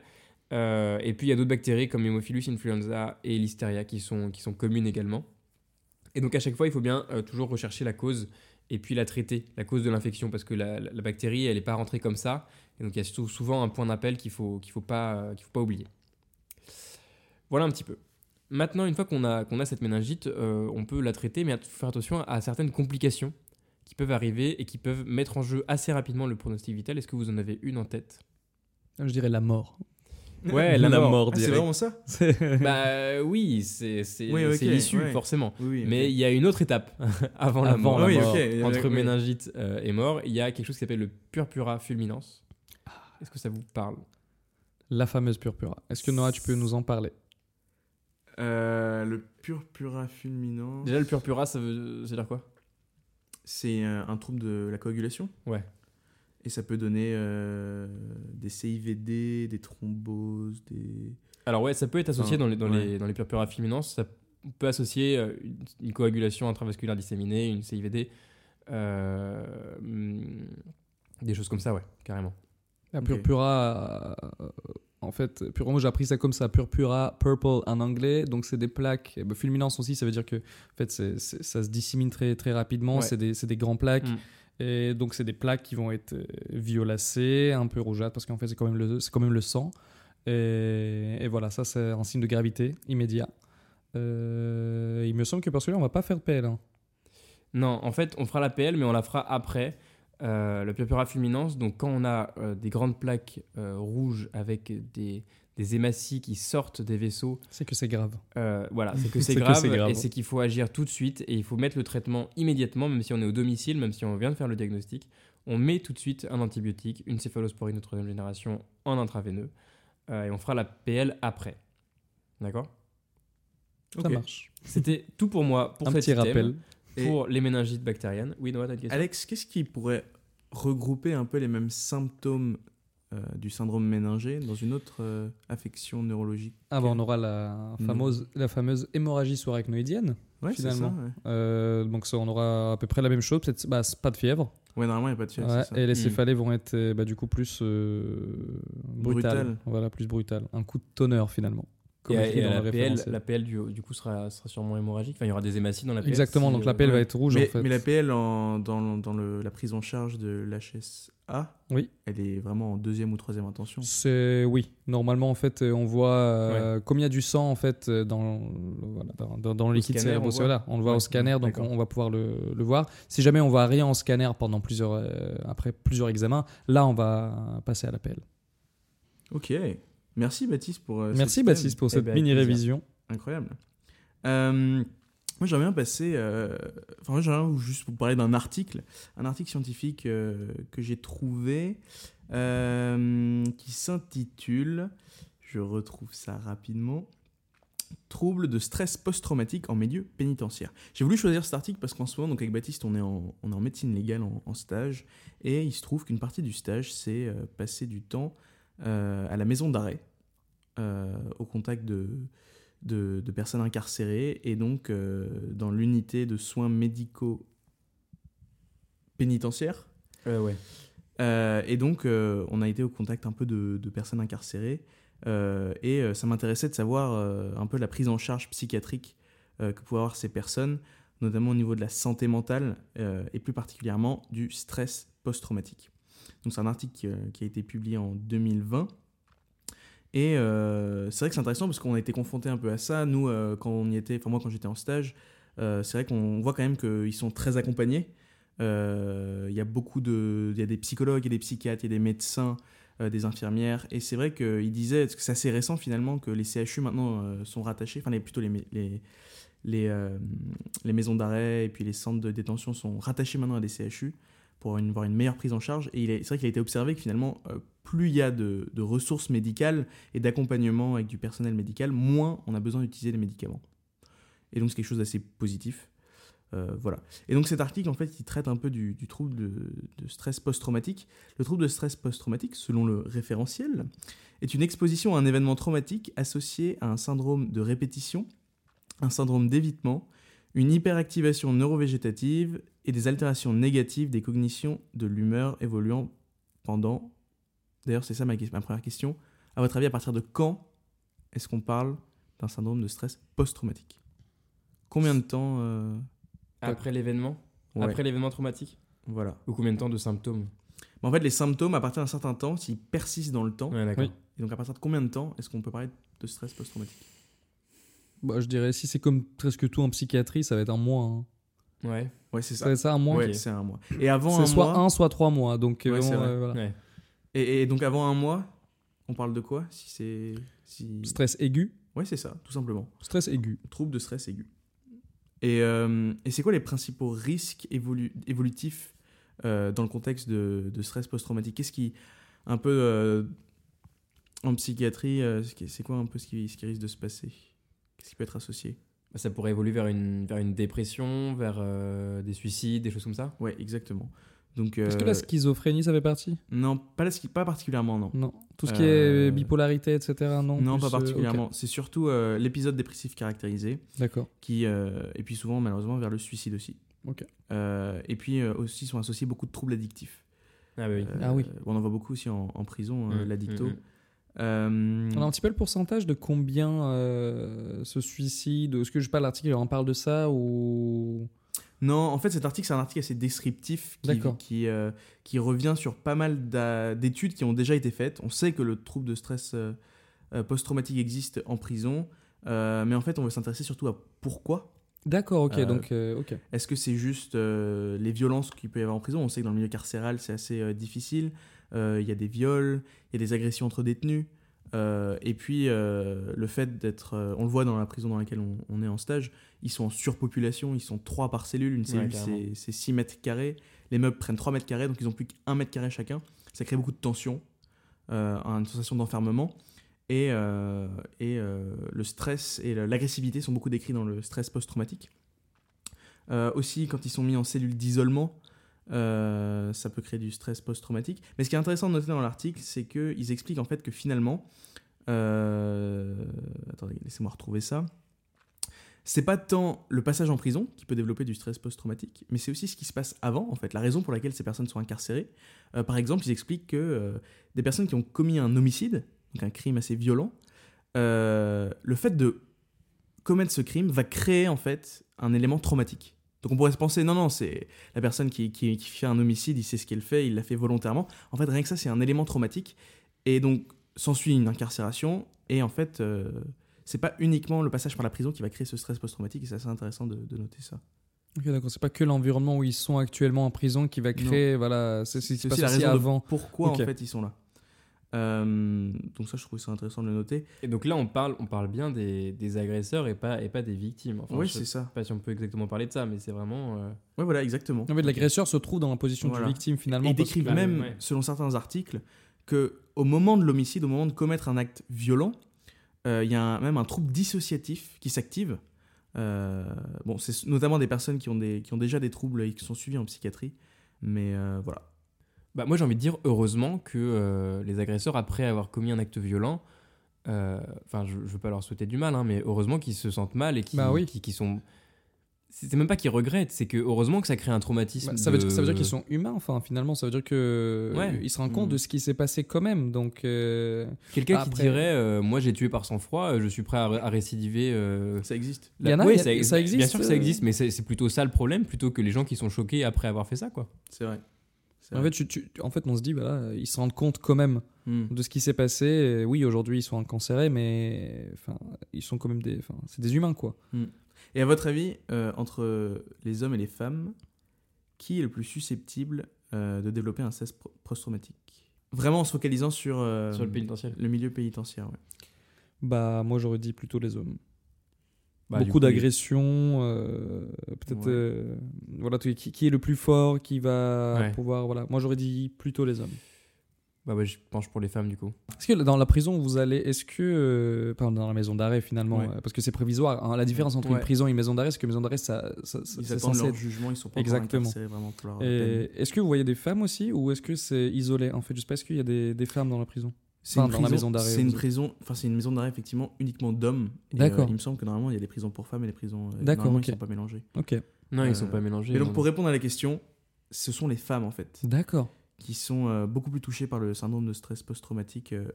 D: Euh, et puis il y a d'autres bactéries comme Haemophilus influenza et Listeria qui sont, qui sont communes également. Et donc à chaque fois, il faut bien euh, toujours rechercher la cause et puis la traiter, la cause de l'infection, parce que la, la- la bactérie, elle n'est pas rentrée comme ça. Et donc il y a sou- souvent un point d'appel qu'il ne faut, qu'il faut, pas, euh, qu'il faut pas oublier. Voilà un petit peu. Maintenant, une fois qu'on a, qu'on a cette méningite, euh, on peut la traiter, mais il faut faire attention à certaines complications qui peuvent arriver et qui peuvent mettre en jeu assez rapidement le pronostic vital. Est-ce que vous en avez une en tête
C: *laughs* Je dirais la mort.
A: *laughs*
D: Ouais, la, mort.
A: Ah, c'est
C: direct.
A: vraiment ça
D: Bah oui, c'est c'est-
A: Oui, ok,
D: c'est l'issue,
A: ouais.
D: forcément.
A: Oui, oui.
D: Mais il y a une autre étape *laughs* avant la
C: Avant
D: mort.
C: la
A: Ah, oui,
C: mort.
A: ok.
D: Entre
A: Oui.
D: méningite euh, et mort, il y a quelque chose qui s'appelle le purpura fulminans.
A: Ah.
D: Est-ce que ça vous parle
C: La fameuse purpura. Est-ce que Noah, tu peux nous en parler
A: Euh, le purpura fulminant.
D: Déjà, le purpura, ça veut, ça veut dire quoi
A: C'est euh, un trouble de la coagulation.
D: Ouais.
A: Et ça peut donner euh, des CIVD, des thromboses, des.
D: Alors ouais, ça peut être associé
A: Enfin,
D: dans les, dans,
A: ouais.
D: les, dans les purpura fulminans, ça peut associer euh, une, une coagulation intravasculaire disséminée, une CIVD, euh, hum, des choses comme ça, ouais, carrément.
C: La
A: Ok.
C: purpura, euh, en fait, pur- moi j'ai appris ça comme ça, purpura, purple en anglais, donc c'est des plaques. Et ben, fulminance aussi, ça veut dire que en fait, c'est- c'est- ça se dissémine très, très rapidement,
D: Ouais.
C: c'est des, c'est des grands plaques.
D: Mm.
C: Et donc c'est des plaques qui vont être euh, violacées, un peu rougeâtres, parce qu'en fait c'est quand, même le- c'est quand même le sang. Et, et voilà, ça c'est un signe de gravité immédiat. Euh, il me semble que pour celui-là, on va pas faire de PL. hein.
D: Non, en fait, on fera la PL, mais on la fera après euh, le purpura fulminans. Donc, quand on a euh, des grandes plaques euh, rouges avec des, des hématies qui sortent des vaisseaux,
C: C'est que c'est grave.
D: euh, voilà, c'est que
C: *laughs*
D: c'est
C: C'est que
D: grave,
C: c'est grave.
D: et c'est qu'il faut agir tout de suite et il faut mettre le traitement immédiatement, même si on est au domicile, même si on vient de faire le diagnostic. On met tout de suite un antibiotique, une céphalosporine de troisième génération en intraveineux euh, et on fera la PL après. D'accord
C: Ça
A: Ok.
C: marche.
D: C'était tout pour moi pour
C: un
D: cet
C: petit
D: item,
C: rappel.
A: Et
D: pour les méningites bactériennes. Oui, Noah, t'as une question
A: Alex, qu'est-ce qui pourrait regrouper un peu les mêmes symptômes euh, du syndrome méningé dans une autre euh, affection neurologique.
C: Ah bah on aura la
D: Hmm.
C: fameuse, la fameuse hémorragie sous-arachnoïdienne.
A: Ouais, c'est ça,
C: Finalement.
A: ouais.
C: Euh, donc ça, on aura à peu près la même chose, peut-être bah, c'est pas de fièvre.
A: Ouais, normalement, il n'y a pas de fièvre.
C: Ouais,
A: c'est ça.
C: et les
D: Mm.
C: céphalées vont être euh, bah, du coup plus euh, brutales.
A: Brutales.
C: Voilà, plus brutales. Un coup de tonnerre finalement. Comme
D: Et, à-
C: écrit
D: et
C: dans
D: à
C: la
D: la, PL,
C: référence.
D: la PL du, du coup sera, sera sûrement hémorragique. Enfin, il y aura des hématies dans la PL.
C: Exactement,
D: si,
C: donc
D: euh,
C: la PL va
D: ouais.
C: être rouge
A: mais,
C: en fait.
A: mais la PL en- dans, dans le- la prise en charge de l'HSA,
C: Oui.
A: elle est vraiment en deuxième ou troisième intention.
C: C'est oui. Normalement, en fait, euh, on voit euh, comme il y a du sang en fait euh, dans le- voilà, dans, dans- dans le
D: Au
C: liquide
D: scanner, on
C: cérébreux.
D: voit.
C: Voilà, on le voit
D: Ouais,
C: au scanner, donc on,
D: d'accord.
C: on va pouvoir le, le voir. Si jamais on voit rien en scanner pendant plusieurs euh, après plusieurs examens, là on va passer à
D: Euh,
C: l'appel.
A: Ok. Merci Baptiste pour. euh,
C: Merci
A: ce
C: Baptiste
A: thème.
C: pour
D: Eh
C: cette
D: ben, avec
C: mini
D: plaisir.
C: révision.
A: Incroyable. Euh, moi j'aimerais bien passer. euh, Enfin, moi, j'aimerais bien juste vous parler d'un article, un article scientifique euh, que j'ai trouvé euh, qui s'intitule. Je retrouve ça rapidement. Troubles de stress post-traumatique en milieu pénitentiaire. J'ai voulu choisir cet article parce qu'en ce moment, donc avec Baptiste, on est en, on est en médecine légale en, en stage et il se trouve qu'une partie du stage, c'est euh, passer du temps euh, à la maison d'arrêt, euh, au contact de, de, de personnes incarcérées et donc euh, dans l'unité de soins médicaux pénitentiaires.
D: Ouais, ouais.
A: Euh, et donc, euh, on a été au contact un peu de, de personnes incarcérées. euh, et euh, ça m'intéressait de savoir euh, un peu la prise en charge psychiatrique euh, que pouvaient avoir ces personnes, notamment au niveau de la santé mentale euh, et plus particulièrement du stress post-traumatique. Donc, c'est un article qui, euh, qui a été publié en 2020. Et euh, c'est vrai que c'est intéressant parce qu'on a été confronté un peu à ça. Nous, euh, quand on y était, enfin, moi, quand j'étais en stage, euh, c'est vrai qu'on voit quand même qu'ils sont très accompagnés. Euh, Il y a beaucoup de. Il y a des psychologues, il y a des psychiatres, il y a des médecins, euh, des infirmières. Et c'est vrai qu'ils disaient, parce que c'est assez récent finalement, que les CHU maintenant euh, sont rattachés, enfin les, plutôt les, mé- les, les, euh, les maisons d'arrêt et puis les centres de détention sont rattachés maintenant à des CHU pour une- avoir une meilleure prise en charge. Et il est- c'est vrai qu'il a été observé que finalement, euh, plus il y a de, de ressources médicales et d'accompagnement avec du personnel médical, moins on a besoin d'utiliser les médicaments. Et donc c'est quelque chose d'assez positif. Euh, voilà. Et donc cet article, en fait, il traite un peu du, du trouble de, de stress post-traumatique. Le trouble de stress post-traumatique, selon le référentiel, est une exposition à un événement traumatique associé à un syndrome de répétition, un syndrome d'évitement, une hyperactivation neurovégétative et des altérations négatives des cognitions de l'humeur évoluant pendant... D'ailleurs, c'est ça ma, ques- ma première question. À votre avis, à partir de quand est-ce qu'on parle d'un syndrome de stress post-traumatique Combien de temps euh,
D: Après l'événement
A: ouais,
D: Après l'événement traumatique
A: voilà.
D: Ou combien de temps de symptômes
A: Mais en fait, les symptômes, à partir d'un certain temps, s'ils persistent dans le temps,
D: Ouais, d'accord.
C: Oui.
A: et donc à partir de combien de temps est-ce qu'on peut parler de stress post-traumatique
C: Bah, je dirais si c'est comme presque tout en psychiatrie, ça va être un mois. hein.
D: Ouais.
A: Ouais, c'est
C: Ça
A: ça.
C: va être ça un mois.
A: Ouais,
D: ok.
A: c'est un mois. Et avant un
C: C'est soit
A: mois,
C: un, soit trois mois. Donc
A: Ouais,
C: vraiment,
A: c'est vrai.
C: euh, voilà.
D: Ouais.
A: Et, et donc avant un mois, on parle de quoi Si c'est si...
C: stress aigu,
A: Ouais, c'est ça, tout simplement.
C: stress aigu.
A: Trouble de stress aigu. Et, euh, et c'est quoi les principaux risques évolu- évolutifs euh, dans le contexte de, de stress post-traumatique Qu'est-ce qui, un peu, euh, en psychiatrie, euh, ce qui- c'est quoi un peu ce qui, ce qui risque de se passer Qu'est-ce qui peut être associé
D: Bah, Ça pourrait évoluer vers une, vers une dépression, vers euh, des suicides, des choses comme ça
A: Ouais, exactement. Donc,
C: Est-ce que
A: euh,
C: la schizophrénie, ça fait partie
A: Non, pas, la ski- pas particulièrement, non.
C: Non. Tout ce qui
A: Euh,
C: est bipolarité, etc. Non,
A: Non,
C: plus,
A: pas
C: euh,
A: particulièrement.
C: ok.
A: C'est surtout euh, l'épisode dépressif caractérisé,
C: D'accord.
A: qui, euh, et puis souvent, malheureusement, vers le suicide aussi.
C: Ok.
A: Euh, et puis euh, aussi sont associés beaucoup de troubles addictifs.
D: Ah bah oui.
A: Euh,
C: Ah oui.
A: On en voit beaucoup aussi en, en prison, euh,
D: Mm,
A: l'addicto.
D: mm, mm.
A: Euh,
C: On a un petit peu le pourcentage de combien euh, se suicide Est-ce que je sais pas l'article en parle de ça ou
A: Non, en fait, cet article, c'est un article assez descriptif qui,
C: D'accord.
A: qui, euh, qui revient sur pas mal d'a- d'études qui ont déjà été faites. On sait que le trouble de stress euh, euh, post-traumatique existe en prison, euh, mais en fait, on veut s'intéresser surtout à pourquoi.
C: D'accord, ok,
A: Euh,
C: donc euh, ok.
A: Est-ce que c'est juste euh, les violences qu'il peut y avoir en prison On sait que dans le milieu carcéral, c'est assez euh, difficile. Euh, Il y a des viols, il y a des agressions entre détenus. Euh, et puis, euh, le fait d'être. euh, on le voit dans la prison dans laquelle on, on est en stage, ils sont en surpopulation, ils sont trois par cellule. Une cellule,
D: carrément.
A: c'est- c'est 6 mètres carrés. Les meubles prennent 3 mètres carrés, donc ils ont plus qu'un mètre carré chacun. Ça crée beaucoup de tension, euh, une sensation d'enfermement. Et, euh, et euh, le stress et la- l'agressivité sont beaucoup décrits dans le stress post-traumatique. Euh, aussi, quand ils sont mis en cellule d'isolement, Euh, ça peut créer du stress post-traumatique. Mais ce qui est intéressant de noter dans l'article, c'est qu'ils expliquent en fait que finalement, euh, attendez, laissez-moi retrouver ça. C'est pas tant le passage en prison qui peut développer du stress post-traumatique, mais c'est aussi ce qui se passe avant, en fait, la raison pour laquelle ces personnes sont incarcérées. Euh, par exemple, ils expliquent que euh, des personnes qui ont commis un homicide, donc un crime assez violent, euh, le fait de commettre ce crime va créer en fait un élément traumatique. Donc on pourrait se penser, non, non, c'est la personne qui, qui- qui fait un homicide, il sait ce qu'elle fait, il l'a fait volontairement. En fait, rien que ça, c'est un élément traumatique. Et donc, s'ensuit une incarcération. Et en fait, euh, c'est pas uniquement le passage par la prison qui va créer ce stress post-traumatique. Et c'est assez intéressant de, de noter ça.
C: Ok, d'accord. C'est pas que l'environnement où ils sont actuellement en prison qui va créer, voilà, c'est c'est ce qui se passe aussi
A: de
C: avant.
A: pourquoi
C: Ok.
A: en fait ils sont là. Euh, donc ça, je trouve ça intéressant de le noter.
D: Et donc là, on parle, on parle bien des, des agresseurs et pas, et pas des victimes. Enfin,
A: oui,
D: je
A: c'est
D: sais
A: ça.
D: pas si on peut exactement parler de ça, mais c'est vraiment. euh,
A: Oui, voilà, exactement.
C: En fait, l'agresseur se trouve dans la position
A: Voilà.
C: du victime finalement.
A: Ils
C: parce
A: décrivent
C: que-
A: même,
D: ouais.
A: selon certains articles, que au moment de l'homicide, au moment de commettre un acte violent, euh, il y a un- même un trouble dissociatif qui s'active. Euh, bon, c'est s- notamment des personnes qui ont, des, qui ont déjà des troubles et qui sont suivies en psychiatrie. Mais euh, voilà.
D: Bah, moi, j'ai envie de dire heureusement que euh, les agresseurs, après avoir commis un acte violent, euh, enfin, je, je veux pas leur souhaiter du mal, hein, mais heureusement qu'ils se sentent mal et qu'ils
C: Bah oui.
D: qu'ils- qu'ils sont. C'est c'est même pas qu'ils regrettent, c'est que heureusement que ça crée un traumatisme.
C: Bah, ça, veut
D: de-
C: dire, ça veut dire qu'ils sont humains, enfin, finalement. Ça veut dire que euh,
D: Ouais.
C: ils se rendent compte
D: Mm.
C: de ce qui s'est passé quand même. Donc, euh,
D: Quelqu'un qui
C: Après-
D: dirait euh, Moi, j'ai tué par sang-froid, euh, je suis prêt à, à récidiver. euh,
A: Ça existe.
C: Il y en a,
D: Ouais,
C: il y a- ça existe,
D: Bien sûr que ça
C: euh.
D: existe, mais c'est c'est plutôt ça le problème, plutôt que les gens qui sont choqués après avoir fait ça, quoi.
A: C'est vrai. C'est
C: en,
A: vrai.
C: fait, tu- tu- en fait, on se dit, voilà, ils se rendent compte quand même
A: Hmm.
C: de ce qui s'est passé. Euh, Oui, aujourd'hui, ils sont incancérés, mais enfin, ils sont quand même des. Enfin, c'est des humains, quoi.
A: Et à votre avis, euh, entre les hommes et les femmes, qui est le plus susceptible euh, de développer un stress pro- post-traumatique Vraiment en se focalisant sur, euh,
D: Sur le pénitentiaire.
A: le milieu pénitentiaire. ouais.
C: Bah, moi, j'aurais dit plutôt les hommes.
D: Bah, du
C: Beaucoup
D: coup,
C: d'agressions, euh, peut-être.
A: Ouais.
C: euh, voilà, tu- qui, qui est le plus fort, qui va
D: Ouais.
C: pouvoir. Voilà, moi, j'aurais dit plutôt les hommes.
D: Bah, ouais, je penche pour les femmes, du coup.
C: Est-ce que dans la prison vous allez, est-ce que, euh, pardon, dans la maison d'arrêt finalement,
A: Ouais.
C: euh, parce que c'est prévisoire, hein, la différence entre
A: Ouais.
C: une prison et une maison d'arrêt, c'est que maison d'arrêt, ça, ça- ça-
A: Ils
C: c'est
A: attendent
C: censé
A: leur
C: être.
A: jugement, ils sont pas encore
C: Exactement.
A: incarcérés vraiment pour leur peine.
C: Et Est-ce que vous voyez des femmes aussi, ou est-ce que c'est isolé En fait, je sais pas, est-ce qu'il y a des, des femmes dans la prison
A: C'est une
C: Enfin, dans la
A: prison-
C: maison d'arrêt,
A: C'est une
C: vous-
A: prison, enfin c'est une maison d'arrêt effectivement uniquement d'hommes. Et,
C: D'accord.
A: euh, il me semble que normalement il y a des prisons pour femmes et des prisons. euh,
C: D'accord,
A: normalement,
C: ok.
A: Ils sont pas mélangés.
C: Ok,
D: Non,
A: Euh,
D: ils sont pas mélangés.
A: Mais
D: non.
A: donc pour répondre à la question, ce sont les femmes en fait
C: d'accord.
A: qui sont euh, beaucoup plus touchées par le syndrome de stress post-traumatique euh,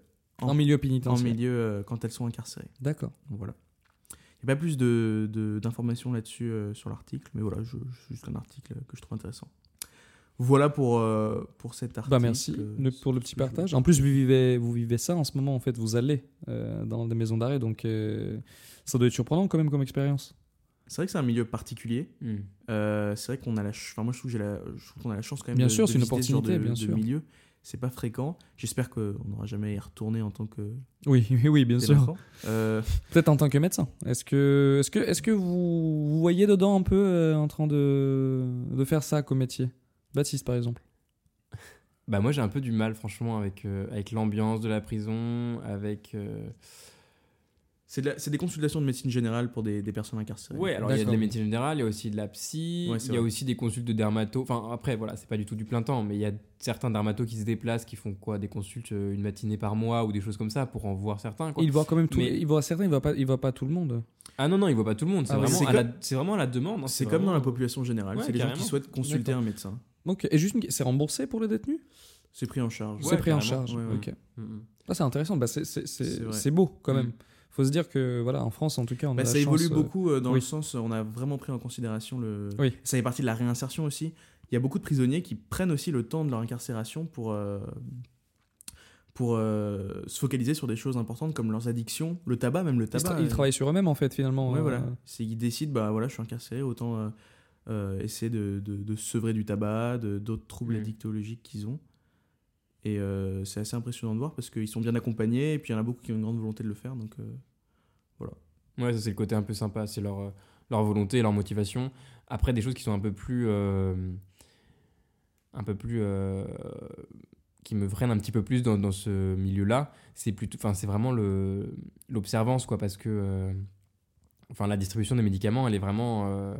A: En-
C: En milieu
A: en
C: pénitentiaire.
A: milieu euh, quand elles sont incarcérées.
C: D'accord. Bah,
A: Donc voilà. Il n'y a pas plus de- de- d'informations là-dessus euh, sur l'article, mais voilà, je, je- c'est juste un article que je trouve intéressant. Voilà pour, euh, pour cet article.
C: Bah merci
A: euh,
C: le- pour le petit partage. En plus, vous vivez, vous vivez ça en ce moment. En fait, vous allez euh, dans des maisons d'arrêt, donc euh, ça doit être surprenant quand même comme expérience.
A: C'est vrai que c'est un milieu particulier.
D: Hmm.
A: Euh, c'est vrai qu'on a la ch- enfin, moi je trouve que j'ai la je trouve qu'on a la chance quand même
C: Bien
A: de-
C: sûr,
A: de
C: c'est une
A: visiter ce genre
C: opportunité,
A: de,
C: bien
A: de
C: sûr.
A: milieu c'est pas fréquent j'espère qu'on n'aura jamais à y retourner en tant que
C: Oui, oui, oui, bien sûr.
A: délinquant. Euh,
C: Peut-être en tant que médecin. Est-ce que, est-ce que, est-ce que vous, vous voyez dedans un peu euh, en train de, de faire ça comme métier Baptiste, par exemple.
D: Bah moi j'ai un peu du mal franchement avec, euh, avec l'ambiance de la prison, avec... euh,
A: c'est de la- c'est des consultations de médecine générale pour des, des personnes incarcérées
D: Ouais alors il y a de
C: D'accord.
D: la médecine générale, il y a aussi de la psy,
A: Ouais, c'est
D: il y a
A: vrai.
D: aussi des consultes de dermato, enfin après voilà c'est pas du tout du plein temps mais il y a certains dermatos qui se déplacent, qui font quoi des consultes euh, une matinée par mois ou des choses comme ça pour en voir certains quoi.
C: Il voit quand même tout.
D: Mais-
C: Il voit certains. Il voit pas. Il voit pas tout le monde.
D: Ah non non ils voient pas tout le monde, c'est
C: Ah ouais.
D: vraiment,
A: C'est
D: à la- c'est vraiment à la demande. hein,
A: c'est comme dans
D: vraiment-
A: la population générale
D: Ouais,
A: c'est les gens qui
D: carrément.
A: souhaitent consulter
C: D'accord.
A: un médecin
C: Ok. Et juste, une- c'est remboursé pour les détenus
A: c'est pris en charge
D: Ouais,
C: C'est pris en
D: carrément.
C: charge.
A: Ouais, ouais.
C: Ok.
D: Mm, mm.
C: Ah, c'est intéressant. Bah, c'est, c'est,
A: C'est
C: c'est,
A: vrai.
C: c'est beau quand même.
D: Mm.
C: Faut se dire que voilà, en France en tout cas, on
A: Bah,
C: a la
A: ça évolue
C: chance, euh,
A: beaucoup euh, dans
C: oui.
A: le sens on a vraiment pris en considération le
C: Oui.
A: ça fait partie de la réinsertion aussi il y a beaucoup de prisonniers qui prennent aussi le temps de leur incarcération pour euh, pour euh, se focaliser sur des choses importantes comme leurs addictions le tabac même le
C: Ils,
A: tabac
C: tra- ils
A: euh,
C: travaillent sur eux-mêmes en fait finalement.
A: ouais,
C: euh,
A: voilà c'est ils décident bah voilà je suis incarcéré autant euh, euh, essayer de, de, de sevrer du tabac de d'autres troubles
C: Mmh.
D: Mhm.
A: addictologiques qu'ils ont et euh, c'est assez impressionnant de voir parce qu'ils sont bien accompagnés et puis il y en a beaucoup qui ont une grande volonté de le faire donc euh,
D: Ouais ça c'est le côté un peu sympa, c'est leur, euh, leur volonté, leur motivation. Après des choses qui sont un peu plus... euh, un peu plus... euh, qui me freine un petit peu plus dans, dans ce milieu-là, c'est plutôt, enfin, c'est vraiment le l'observance, quoi, parce que, euh, enfin, la distribution des médicaments, elle est vraiment, euh,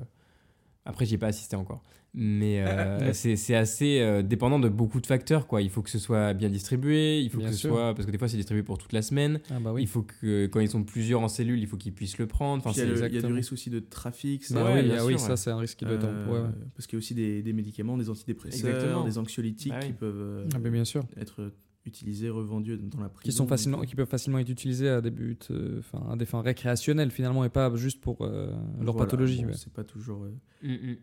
D: Après, j'ai pas assisté encore. Mais
C: *laughs*
D: euh, c'est c'est assez euh, dépendant de beaucoup de facteurs. Quoi. Il faut que ce soit bien distribué, il faut
C: Bien
D: que ce
C: sûr.
D: soit. Parce que des fois, c'est distribué pour toute la semaine.
C: Ah bah
D: Il faut que quand ils sont plusieurs en cellule, il faut qu'ils puissent le prendre. Enfin,
A: Puis il, y a
D: c'est-
A: le- il y a du
C: exactement.
A: risque aussi de trafic. c'est-
C: Bah
D: Ouais,
C: oui,
D: bien
C: ah
D: sûr,
C: oui,
D: ouais.
C: ça c'est un risque de temps.
A: Euh,
C: Ouais, ouais.
A: Parce qu'il y a aussi des, des médicaments, des antidépresseurs,
D: Exactement.
A: des anxiolytiques
D: Bah oui.
A: qui peuvent euh,
C: Ah bah bien sûr.
A: être utilisés, revendus dans la prison.
C: Qui, sont facilement, qui peuvent facilement être utilisés à des buts, euh, enfin à des fins récréationnelles finalement et pas juste pour euh, leur
A: Voilà,
C: pathologie.
A: bon,
C: ouais.
A: C'est pas toujours. euh,
D: Mm, mm.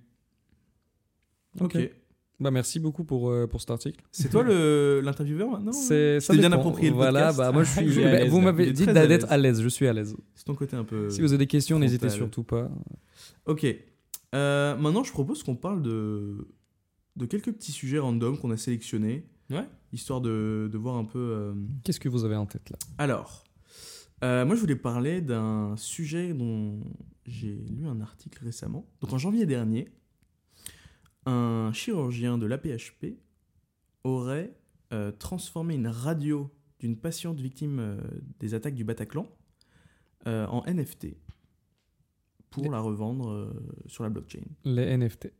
C: Ok. Bah merci beaucoup pour, euh, pour cet article.
A: C'est toi le- l'intervieweur maintenant
C: C'est
A: C'était bien approprié le
C: Voilà,
A: podcast. *laughs*
C: bah moi je suis.
D: Il est à
C: bah,
D: l'aise,
C: vous
D: là.
A: Il
C: m'avez
A: est
C: dit
A: très à
C: d'être
A: l'aise. Euh,
C: à l'aise. Je suis à l'aise.
A: C'est ton côté un peu.
C: Si vous avez des questions, n'hésitez
A: frontal.
C: surtout pas.
A: Ok. Euh, maintenant, je propose qu'on parle de... de quelques petits sujets random qu'on a sélectionnés.
D: Ouais.
A: Histoire de, de voir un peu. euh,
C: Qu'est-ce que vous avez en tête là
A: Alors, euh, moi je voulais parler d'un sujet dont j'ai lu un article récemment. Donc en janvier dernier, un chirurgien de l'APHP aurait euh, transformé une radio d'une patiente victime euh, des attaques du Bataclan euh, en NFT pour la revendre euh, sur la blockchain.
C: Les NFT.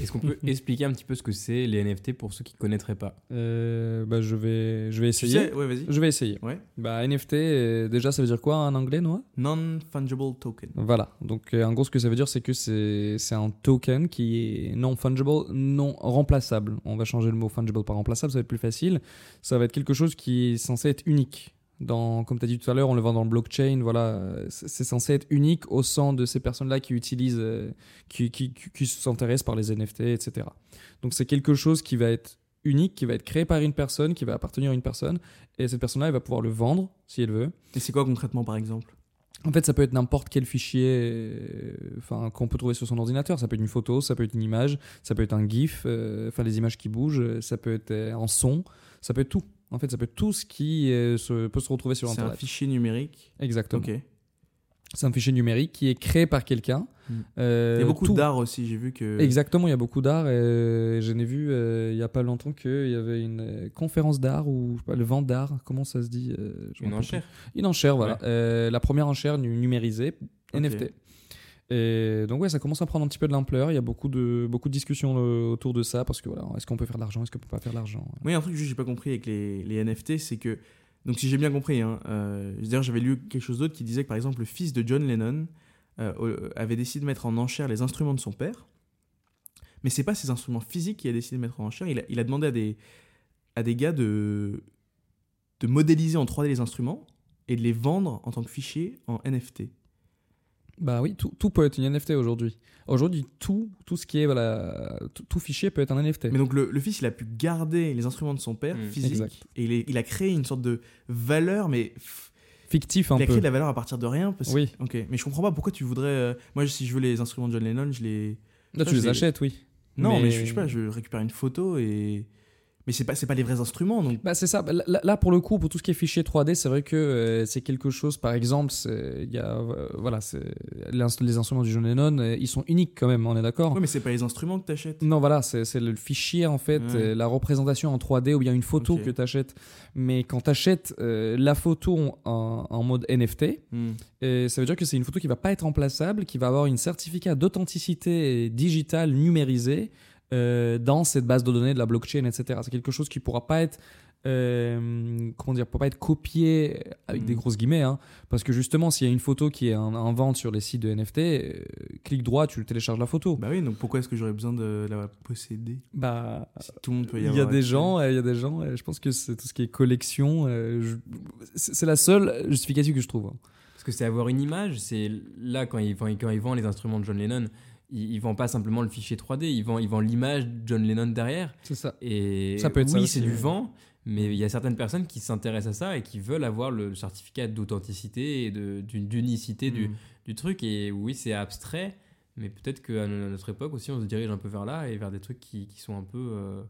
D: Est-ce qu'on
C: *laughs*
D: peut expliquer un petit peu ce que c'est les NFT pour ceux qui connaîtraient pas
C: Euh, bah je vais, je vais
A: Tu
C: essayer.
A: sais- Ouais, vas-y.
C: Je vais essayer.
A: Ouais.
C: Bah NFT, euh, déjà ça veut dire quoi en anglais, Noah
A: Non-fungible token.
C: Voilà. Donc euh, en gros ce que ça veut dire c'est que c'est c'est un token qui est non fungible, non remplaçable. On va changer le mot fungible par remplaçable, ça va être plus facile. Ça va être quelque chose qui est censé être unique. Dans, comme tu as dit tout à l'heure, on le vend dans le blockchain, voilà, euh, c'est c'est censé être unique au sein de ces personnes-là qui utilisent, euh, qui, qui, qui- qui s'intéressent par les NFT, etc. Donc c'est quelque chose qui va être unique, qui va être créé par une personne, qui va appartenir à une personne, et cette personne-là, elle va pouvoir le vendre si elle veut,
A: Et c'est quoi concrètement par exemple
C: en fait, ça peut être n'importe quel fichier euh, enfin, qu'on peut trouver sur son ordinateur. Ça peut être une photo, ça peut être une image, ça peut être un GIF, euh, enfin les images qui bougent, euh, ça peut être euh, un son, ça peut être tout. En fait, ça peut être tout ce qui euh, se- peut se retrouver sur
A: C'est un
C: Internet.
A: fichier numérique.
C: Exactement.
A: Ok.
C: C'est un fichier numérique qui est créé par quelqu'un.
A: Mm.
C: Euh,
A: Il y a beaucoup
C: tout.
A: d'art aussi, j'ai vu que.
C: Exactement, il y a beaucoup d'art. Et euh, je n'ai vu euh, il n'y a pas longtemps qu'il y avait une euh, conférence d'art ou je sais pas, le vent d'art, comment ça se dit euh, je m'en
D: Une
C: rappelle
D: enchère
C: Une enchère, voilà.
D: Ouais.
C: Euh, la première enchère nu- numérisée,
A: Ok.
C: NFT. Et donc ouais, ça commence à prendre un petit peu de l'ampleur. Il y a beaucoup de, beaucoup de discussions euh, autour de ça parce que voilà, est-ce qu'on peut faire de l'argent, est-ce qu'on peut pas faire de l'argent
A: Oui, un truc que j'ai pas compris avec les, les NFT, c'est que. Donc, si j'ai bien compris, hein, euh, d'ailleurs, j'avais lu quelque chose d'autre qui disait que, par exemple, le fils de John Lennon euh, euh, avait décidé de mettre en enchère les instruments de son père. Mais c'est pas ses instruments physiques qu'il a décidé de mettre en enchère. Il a, il a demandé à des, à des gars de, de modéliser en 3D les instruments et de les vendre en tant que fichiers en NFT.
C: Bah oui, tout, tout peut être une NFT aujourd'hui. Aujourd'hui, tout, tout ce qui est voilà, tout, tout fichier peut être un NFT.
A: Mais donc, le, le fils, il a pu garder les instruments de son père
D: Mm.
A: physiques
C: Mmh, Exact.
A: et il, est- il a créé une sorte de valeur, mais pff,
C: Fictif un
A: Il a créé
C: peu.
A: de la valeur à partir de rien parce que-
C: Oui.
A: Ok, mais je comprends pas pourquoi tu voudrais. euh, Moi, si je veux les instruments de John Lennon, je les. Ça,
C: Là, tu
A: je
C: les
A: l'ai-
C: achètes, oui.
A: Non, mais,
C: Mais-
A: je, je sais pas, je récupère une photo et. Mais c'est pas, c'est pas les vrais instruments donc.
C: Bah c'est ça. Bah, Là, là, pour le coup, pour tout ce qui est fichier 3D, c'est vrai que euh, c'est quelque chose. Par exemple, c'est- il y a euh, voilà, c'est- l'inst- les instruments du John Lennon, euh, ils sont uniques quand même. On est d'accord.
A: Ouais, mais c'est pas les instruments que t'achètes.
C: Non, voilà, c'est c'est le fichier en fait,
A: Ouais.
C: euh, la représentation en 3D ou bien une photo
A: Ok.
C: que tu achètes. Mais quand tu achètes la photo en, en mode NFT,
A: Hmm.
C: euh, ça veut dire que c'est une photo qui va pas être remplaçable, qui va avoir une certificat d'authenticité digitale numérisée euh, dans cette base de données de la blockchain, etc. C'est quelque chose qui pourra pas être euh, comment dire, pourra pas être copié avec des
A: Mm.
C: grosses guillemets, hein, parce que justement, s'il y a une photo qui est en, en vente sur les sites de NFT, euh, clic droit, tu télécharges la photo.
A: Bah oui, donc pourquoi est-ce que j'aurais besoin de la posséder
C: Bah,
A: si tout le monde peut y
C: il
A: avoir.
C: y a des
A: accès
C: gens, euh, il y a des gens. euh, Je pense que c'est tout ce qui est collection. euh, je- C'est c'est la seule justificative que je trouve. hein.
D: Parce que c'est avoir une image, c'est là quand ils, vend- quand ils vendent les instruments de John Lennon, ils, ils vendent pas simplement le fichier 3D, ils vendent, ils vendent l'image de John Lennon derrière.
C: C'est ça.
D: Et
C: Ça peut être ça
D: oui,
C: aussi,
D: c'est du
C: ouais.
D: vent, mais il y a certaines personnes qui s'intéressent à ça et qui veulent avoir le certificat d'authenticité et de- d'une- d'unicité du,
A: Hmm.
D: du truc. Et oui, c'est abstrait, mais peut-être qu'à notre époque aussi, on se dirige un peu vers là et vers des trucs qui, qui sont un peu, euh,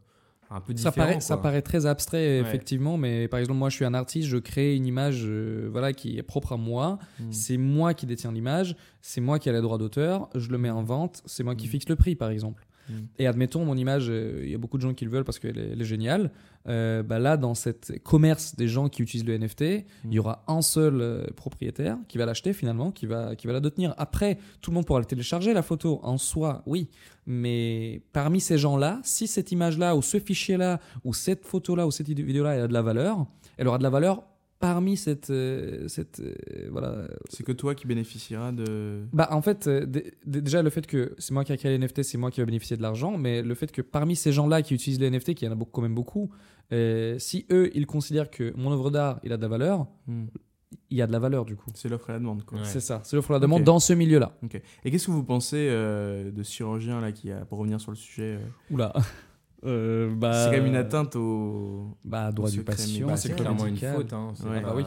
D: un peu
C: Ça
D: différents.
C: paraît, ça
D: quoi.
C: paraît très abstrait
D: Ouais.
C: effectivement, mais par exemple moi je suis un artiste, je crée une image, euh, voilà qui est propre à moi.
A: Hmm.
C: C'est moi qui détiens l'image, c'est moi qui ai les droits d'auteur, je le mets en vente, c'est moi qui fixe le prix par exemple.
A: Mm.
C: Et admettons, mon image, euh, il y a beaucoup de gens qui le veulent parce qu'elle est, elle est géniale. Euh, bah là, dans cette commerce des gens qui utilisent le NFT, il y aura un seul euh, propriétaire qui va l'acheter finalement, qui va, qui va la détenir. Après, tout le monde pourra le télécharger, la photo en soi, oui. Mais parmi ces gens-là, si cette image-là, ou ce fichier-là, ou cette photo-là, ou cette vidéo-là, elle a de la valeur, elle aura de la valeur parmi cette, euh, cette euh, voilà,
A: C'est que toi qui bénéficieras de.
C: bah, en fait, euh, dé- dé- déjà, le fait que c'est moi qui a créé les NFT, c'est moi qui va bénéficier de l'argent, mais le fait que parmi ces gens-là qui utilisent les NFT, qui en a beaucoup- quand même beaucoup, euh, si eux, ils considèrent que mon œuvre d'art, il a de la valeur,
A: Mm.
C: il y a de la valeur du coup.
A: C'est l'offre et la demande, quoi.
D: Ouais.
C: C'est ça, c'est l'offre et la demande
A: Ok.
C: dans ce milieu-là.
A: Ok. Et qu'est-ce que vous pensez euh, de ce chirurgien là qui a, pour revenir sur le sujet, euh,
C: Oula. Euh, bah,
A: c'est quand même une atteinte au.
C: Bah, droit
A: au
C: du
A: secret
C: patient,
A: médical.
D: Bah,
A: c'est
D: c'est
C: secret
D: clairement une
C: médical.
D: faute. hein, c'est
A: Ouais. Ah
D: pas-
C: Bah oui.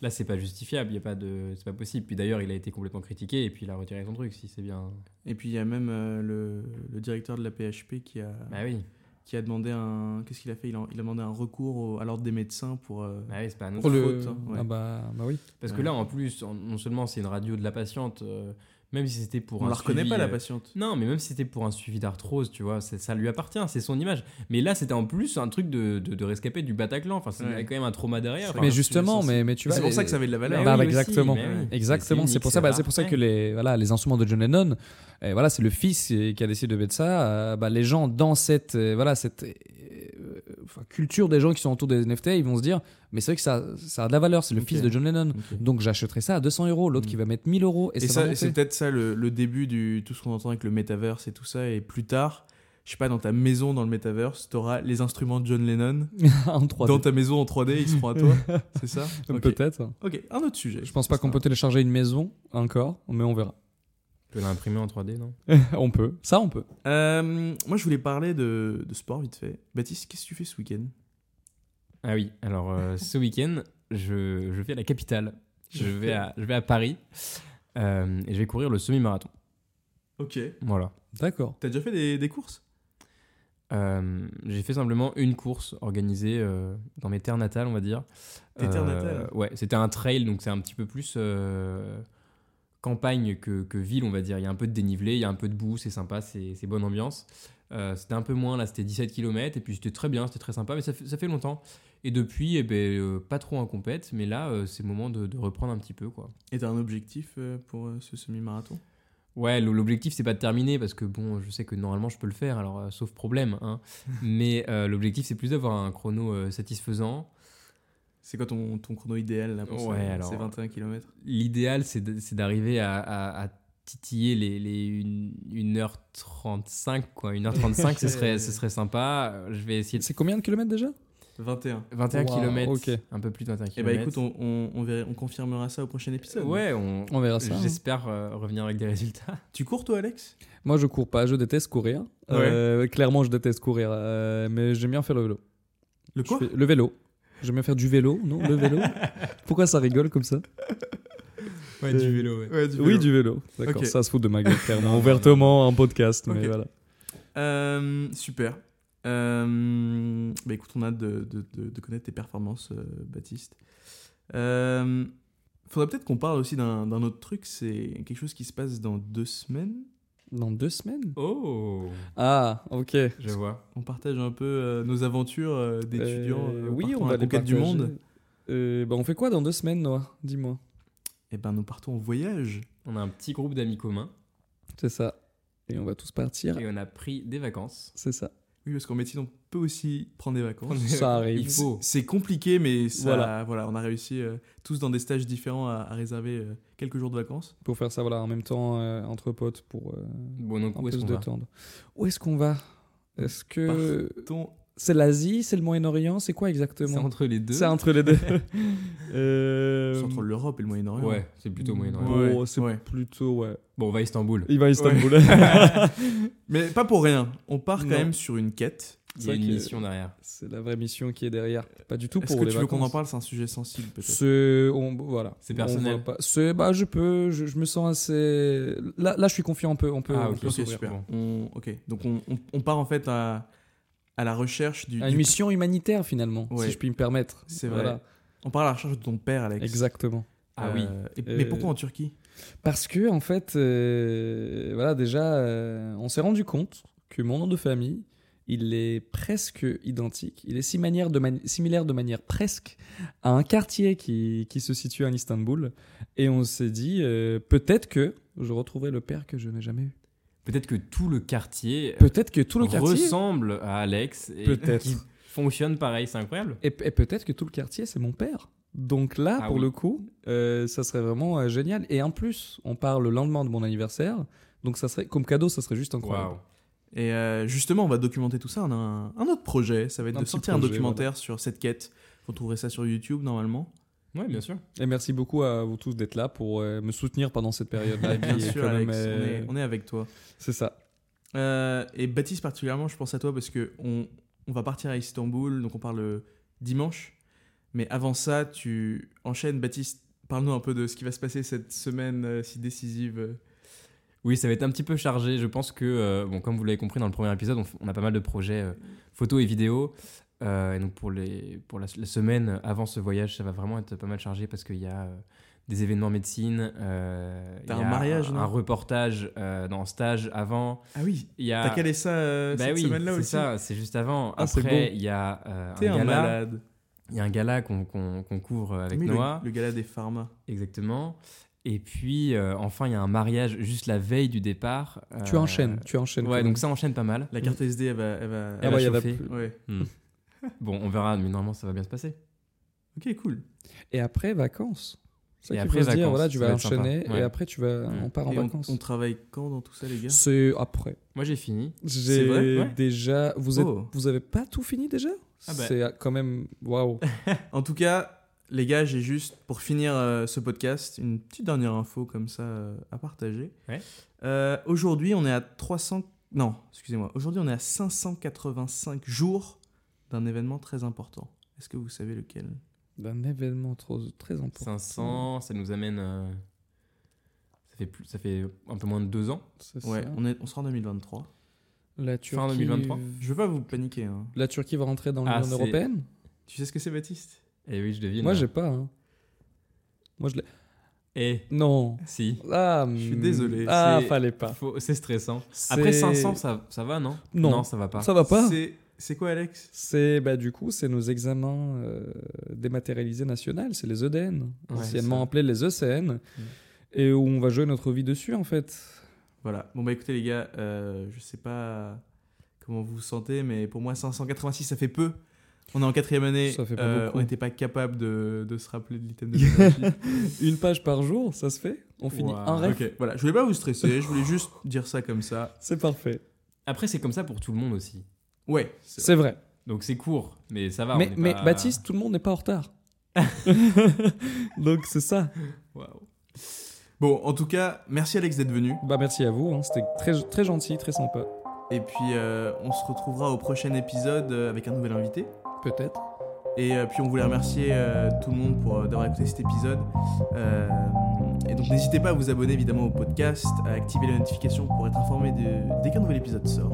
D: Là, c'est pas justifiable. Il y a pas de, c'est pas possible. Puis d'ailleurs, il a été complètement critiqué et puis il a retiré son truc. Si c'est bien.
A: Et puis il y a même euh, le, le directeur de la PHP qui a,
D: Bah oui.
A: qui a demandé un. Qu'est-ce qu'il a fait il a, il a demandé un recours au- à l'ordre des médecins pour. euh,
D: Bah oui, c'est pas anodin.
C: Pour le...
A: faute, hein, ouais.
C: Ah bah, bah oui.
D: Parce que
A: Ouais.
D: là, en plus, en- non seulement c'est une radio de la patiente, euh, même si c'était pour
A: on
D: un
A: la reconnaît
D: suivi,
A: pas la
D: euh,
A: patiente.
D: Non, mais même si c'était pour un suivi d'arthrose, tu vois, c'est- ça lui appartient, c'est son image. Mais là, c'était en plus un truc de, de, de rescapé du Bataclan. Enfin, c'est- il y
A: Ouais.
D: avait quand même un trauma derrière.
A: C'est
D: Enfin,
C: mais
A: un
C: justement,
A: sujet
C: mais, mais
A: Et
C: tu vois.
A: C'est pour
C: les-
A: ça que ça avait de la valeur. Ah
C: Bah,
D: oui,
C: exactement.
D: mais oui.
C: Exactement,
D: Mais c'est
C: c'est pour ça, bah,
D: unique,
C: c'est pour ça que
D: rare.
C: les voilà les instruments de John Lennon, euh, voilà c'est le fils euh, qui a décidé de mettre ça. euh, bah, les gens dans cette euh, voilà cette euh, euh, enfin, culture des gens qui sont autour des NFT, ils vont se dire mais c'est vrai que ça ça a de la valeur, c'est le
A: Ok.
C: fils de John Lennon,
A: Ok.
C: donc j'achèterai ça à 200 euros, l'autre
A: Mm.
C: qui va mettre 1000 euros et,
A: Et
C: ça,
A: ça,
C: va
A: c'est
C: monter.
A: peut-être ça le, le début du tout ce qu'on entend avec le metaverse et tout ça. Et plus tard, je sais pas, dans ta maison dans le metaverse, t'auras les instruments de John Lennon
C: *laughs* en 3D.
A: dans ta maison en 3D, ils seront à
C: *laughs*
A: toi. c'est ça Ok.
C: Peut-être.
A: Ok, un autre sujet.
C: Je pense pas qu'on peut télécharger une maison encore, mais on verra.
D: Tu peux l'imprimer en 3D, non
C: on peut, ça on peut.
A: Euh, moi, je voulais parler de, de sport vite fait. Baptiste, qu'est-ce que tu fais ce week-end
D: Ah oui, alors euh, ce week-end, je, je vais à la capitale.
A: *laughs*
D: Je vais à, je vais à Paris euh, et je vais courir le semi-marathon.
A: Ok.
D: Voilà.
C: D'accord.
A: T'as déjà fait des, des courses
D: Euh, j'ai fait simplement une course organisée euh, dans mes terres natales, on va dire. Euh,
A: Tes terres natales
D: Ouais, c'était un trail, donc c'est un petit peu plus euh, campagne que, que ville, on va dire. Il y a un peu de dénivelé, il y a un peu de boue, c'est sympa, c'est c'est bonne ambiance. Euh, c'était un peu moins, là c'était 17 km, et puis c'était très bien, c'était très sympa, mais ça fait, ça fait longtemps. Et depuis, eh ben, euh, pas trop en compète, mais là euh, c'est le moment de, de reprendre un petit peu, quoi.
A: Et t'as un objectif euh, pour euh, ce semi-marathon
D: Ouais, l- l'objectif c'est pas de terminer parce que bon, je sais que normalement je peux le faire, alors euh, sauf problème, hein. Mais euh, l'objectif c'est plus d'avoir un chrono euh, satisfaisant.
A: C'est quoi ton, ton chrono idéal là pour ça
D: Ouais, alors-
A: C'est 21 km
D: L'idéal c'est de- c'est d'arriver à, à- à titiller les, les 1h35, quoi. 1h35 ce, serait, ce serait sympa. Euh, Je vais essayer de.
C: C'est combien de kilomètres déjà
A: 21.
D: 21
C: Wow,
D: km,
C: ok.
D: un peu plus de 21 km.
A: Et bah écoute, on, on, on verra- on confirmera ça au prochain épisode.
D: Ouais, on.
C: On verra ça. hein.
D: J'espère euh, revenir avec des résultats.
A: Tu cours toi, Alex
C: Moi, je cours pas, je déteste courir.
A: Ah
C: Euh, clairement, je déteste courir, euh, mais j'aime bien faire le vélo.
A: Le
C: Je
A: quoi
C: fais- le vélo. J'aime bien faire du vélo, non Le
A: *laughs*
C: vélo Pourquoi ça rigole comme ça
D: Ouais, du vélo, ouais.
C: Oui, du vélo. D'accord,
A: Ok.
C: ça se fout de ma gueule,
A: *laughs*
C: clairement. Ouvertement, un podcast,
A: Ok.
C: mais voilà.
A: Euh, super. Euh, bah écoute, on a hâte de, de- de- de connaître tes performances, euh, Baptiste. Euh, faudrait peut-être qu'on parle aussi d'un d'un autre truc. C'est quelque chose qui se passe dans deux semaines.
C: Dans deux semaines
D: Oh,
C: Ah, ok.
D: je vois.
A: On partage un peu euh, nos aventures euh, d'étudiants.
C: Euh,
A: euh,
C: oui,
A: partant
C: on
A: à
C: va
A: la
C: aller
A: conquête du
C: partager.
A: monde.
C: Euh, bah, on fait quoi dans deux semaines, Noah Dis-moi.
A: Et ben, nous partons en voyage.
D: On a un petit groupe d'amis communs
C: C'est ça. Et on va tous partir.
D: et on a pris des vacances.
C: C'est ça.
A: Oui, parce qu'en médecine, on peut aussi prendre des vacances.
C: *laughs* Ça arrive.
D: Il faut.
A: C'est compliqué, mais ça- voilà.
C: Voilà.
A: on a réussi euh, tous dans des stages différents à, à réserver euh, quelques jours de vacances.
C: Pour faire ça, voilà, en même temps, euh, entre potes, pour euh,
D: Bon, donc
C: un
D: où
C: peu
D: est-ce
C: se
D: qu'on va
C: détendre. Où est-ce qu'on va Est-ce que...
A: Partons
C: C'est l'Asie, c'est le Moyen-Orient, c'est quoi
D: C'est
C: exactement
D: entre les deux.
C: C'est entre les deux.
A: *laughs*
C: Euh,
A: C'est entre l'Europe et le Moyen-Orient.
D: Ouais, c'est plutôt Moyen-Orient.
A: Ouais,
C: bon, c'est
A: ouais.
C: plutôt, ouais.
D: Bon, on va à Istanbul.
C: Il va à Istanbul.
A: Mais pas pour rien. On part quand
C: Non.
A: même sur une quête.
D: Il
C: C'est
D: y a
C: vrai
D: une
C: que
D: mission derrière.
C: *laughs* C'est la vraie mission qui est derrière. Pas du tout
A: Est-ce
C: pour
A: que
C: les
A: tu veux qu'on en
C: vacances.
A: parle C'est un sujet sensible peut-être.
C: C'est on- voilà.
D: C'est
C: On
D: personnel.
C: voit pas. C'est bah je peux, je, je me sens assez. Là, là je suis confiant. On peut, on peut.
D: Ah,
C: on
D: ok,
C: peut
A: Ok,
C: s'ouvrir.
A: super.
D: bon.
A: On- ok, donc on, on- on part en fait à, à la recherche du.
C: Ah,
A: du-
C: Une mission humanitaire finalement,
A: Ouais.
C: si je puis me permettre.
A: C'est vrai. On part à la recherche de ton père, Alex.
C: Exactement.
D: Ah oui.
A: Euh, et- Mais
C: Euh,
A: pourquoi en Turquie
C: Parce que en fait, euh, voilà déjà, euh, on s'est rendu compte que mon nom de famille, il est presque identique, il est similaire de, mani- similaire de manière presque à un quartier qui, qui se situe à Istanbul. Et on s'est dit, euh, peut-être que je retrouverai le père que je n'ai jamais eu.
D: Peut-être que tout le quartier
C: Peut-être que tout le quartier...
D: ressemble à Alex et
C: Peut-être.
D: qui fonctionne pareil, c'est incroyable.
C: Et, et peut-être que tout le quartier, c'est mon père. Donc là,
D: Ah
C: pour
D: oui.
C: le coup, euh, ça serait vraiment euh, génial. Et en plus, on parle le lendemain de mon anniversaire. Donc ça serait, comme cadeau, ça serait juste incroyable.
D: Waouh.
A: Et euh, justement, on va documenter tout ça. On a un, un autre projet. Ça va être
C: Un
A: de
C: petit
A: sortir un
C: projet,
A: documentaire sur cette quête. Vous trouverez ça sur YouTube normalement.
D: Ouais, bien sûr.
C: Et merci beaucoup à vous tous d'être là pour euh, me soutenir pendant cette période.
D: *laughs*
A: Et bien sûr, Alex, on,
D: euh,
A: est, on est avec toi.
C: euh, C'est ça.
A: Euh, et Baptiste, particulièrement, je pense à toi parce que on, on va partir à Istanbul. Donc on parle euh, dimanche. Mais avant ça, tu enchaînes. Baptiste, parle-nous un peu de ce qui va se passer cette semaine euh, si décisive.
D: Oui, ça va être un petit peu chargé. Je pense que, euh, bon, comme vous l'avez compris dans le premier épisode, on, f- on a pas mal de projets euh, photos et vidéos. Euh, et donc pour, les, pour la, la semaine avant ce voyage, ça va vraiment être pas mal chargé parce qu'il y a euh, des événements médecine. euh,
A: T'as
D: il y
A: un
D: a
A: mariage,
D: Un,
A: non
D: un reportage euh, dans un stage avant.
A: Ah oui,
D: Il y a...
A: t'as calé ça euh,
D: Bah
A: cette
D: oui,
A: semaine-là
D: c'est
A: aussi.
D: ça, c'est juste avant.
A: Ah, c'est
D: Après,
A: beau.
D: il y a euh, un
A: T'es un
D: gala.
A: malade.
D: Il y a un gala qu'on qu'on- qu'on couvre avec
A: Mais le-
D: Noah.
A: Le, gala des pharma.
D: Exactement. Et puis, euh, enfin, il y a un mariage juste la veille du départ.
C: Tu
D: Euh,
C: enchaînes, tu enchaînes.
D: Ouais,
C: quand
D: donc
C: même.
D: ça enchaîne pas mal.
A: La carte SD, elle va. Elle va,
D: Elle
C: Ah ouais, il y en a
D: chauffé.
C: plus.
A: Ouais.
D: Bon, on verra, mais normalement, ça va bien se passer.
A: Ok, cool.
C: Et après vacances. Ça
D: Et
C: qu'il
D: après
C: faut se dire,
D: vacances,
C: voilà, tu
D: ça
C: vas
D: va être
C: enchaîner
D: sympa. Ouais.
C: et après tu vas,
D: Ouais.
C: on part en
A: Et on,
C: vacances.
A: on travaille quand dans tout ça, les gars
C: C'est après.
D: Moi, j'ai fini.
C: J'ai
A: vrai Ouais.
C: déjà. Vous êtes,
A: Oh.
C: vous avez pas tout fini déjà
D: Ah bah.
C: C'est euh, quand même waouh.
A: En tout cas, les gars, j'ai juste, pour finir euh, ce podcast, une petite dernière info comme ça euh, à partager.
D: Ouais.
A: Euh, Aujourd'hui, on est à 300. Non, excusez-moi. Aujourd'hui, on est à 585 jours d'un événement très important. Est-ce que vous savez lequel
C: D'un événement trop, très important.
D: 500, ça nous amène. euh, Ça fait, plus, ça fait un peu moins de deux ans.
C: C'est
A: Ouais,
C: ça.
A: on, est, on sera en 2023.
C: La Turquie.
D: 2023.
A: Je veux pas vous paniquer. hein.
C: La Turquie va rentrer dans
D: Ah,
C: l'Union
D: c'est-
C: européenne
A: Tu sais ce que c'est, Baptiste
D: Et Eh oui, je devine.
C: Moi, j'ai pas. hein. Moi, je l'ai.
D: Et
C: Non.
D: Eh, si.
C: Ah,
A: Je suis
C: hum.
A: désolé,
C: Ah,
D: c'est-
C: fallait pas.
D: Faut- C'est stressant.
C: C'est-
D: Après 500, ça, ça va, non
C: Non.
D: ça va pas.
C: Ça va pas.
A: C'est- C'est quoi, Alex
C: C'est bah du coup, c'est nos examens euh, dématérialisés nationaux, c'est les EDN,
D: Ouais,
C: anciennement
D: ça. Mm.
C: appelés les ECN, et où on va jouer notre vie dessus
D: *laughs*
C: en fait.
A: Voilà. Bon, bah écoutez, les gars, euh, je sais pas comment vous vous sentez, mais pour moi, 586, ça fait peu. On est en quatrième année.
C: Ça fait pas
A: euh,
C: beaucoup.
A: on n'était pas capable de, de se rappeler de
C: *laughs*
A: l'item de géographie.
C: Une page par jour, ça se fait. On finit
D: Waouh.
C: un ref.
A: Ok, voilà. Je voulais pas vous stresser, je voulais juste dire ça comme ça.
C: C'est parfait.
D: Après, c'est comme ça pour tout le monde aussi.
A: Ouais. c'est-
C: C'est vrai.
D: Donc, c'est court, mais ça va.
C: mais
D: Bah, on est
C: mais
D: pas-
C: Baptiste, tout le monde n'est pas
D: *laughs*
C: en retard. Donc c'est ça.
D: Waouh.
A: Bon, en tout cas, merci Alex d'être venu.
C: Bah merci à vous, hein, c'était très très gentil, très sympa.
A: Et puis, euh, on se retrouvera au prochain épisode euh, avec un nouvel invité.
C: Peut-être.
A: Et euh, puis on voulait remercier euh, tout le monde pour euh, d'avoir écouté cet épisode. Euh, et donc n'hésitez pas à vous abonner évidemment au podcast, à activer les notifications pour être informé de- dès qu'un nouvel épisode sort.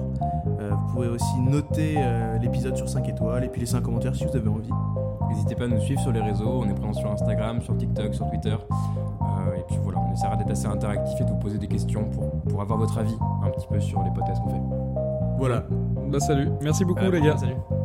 A: Euh, vous pouvez aussi noter euh, l'épisode sur 5 étoiles et puis laisser un commentaire si vous avez envie.
D: N'hésitez pas à nous suivre sur les réseaux, on est présent sur Instagram, sur TikTok, sur Twitter. Euh, et puis voilà, on essaiera d'être assez interactif et de vous poser des questions pour, pour avoir votre avis un petit peu sur les podcasts qu'on fait.
A: Voilà.
C: Bah salut. Merci beaucoup
D: À la
C: les
D: prochaine,
C: gars.
D: Salut.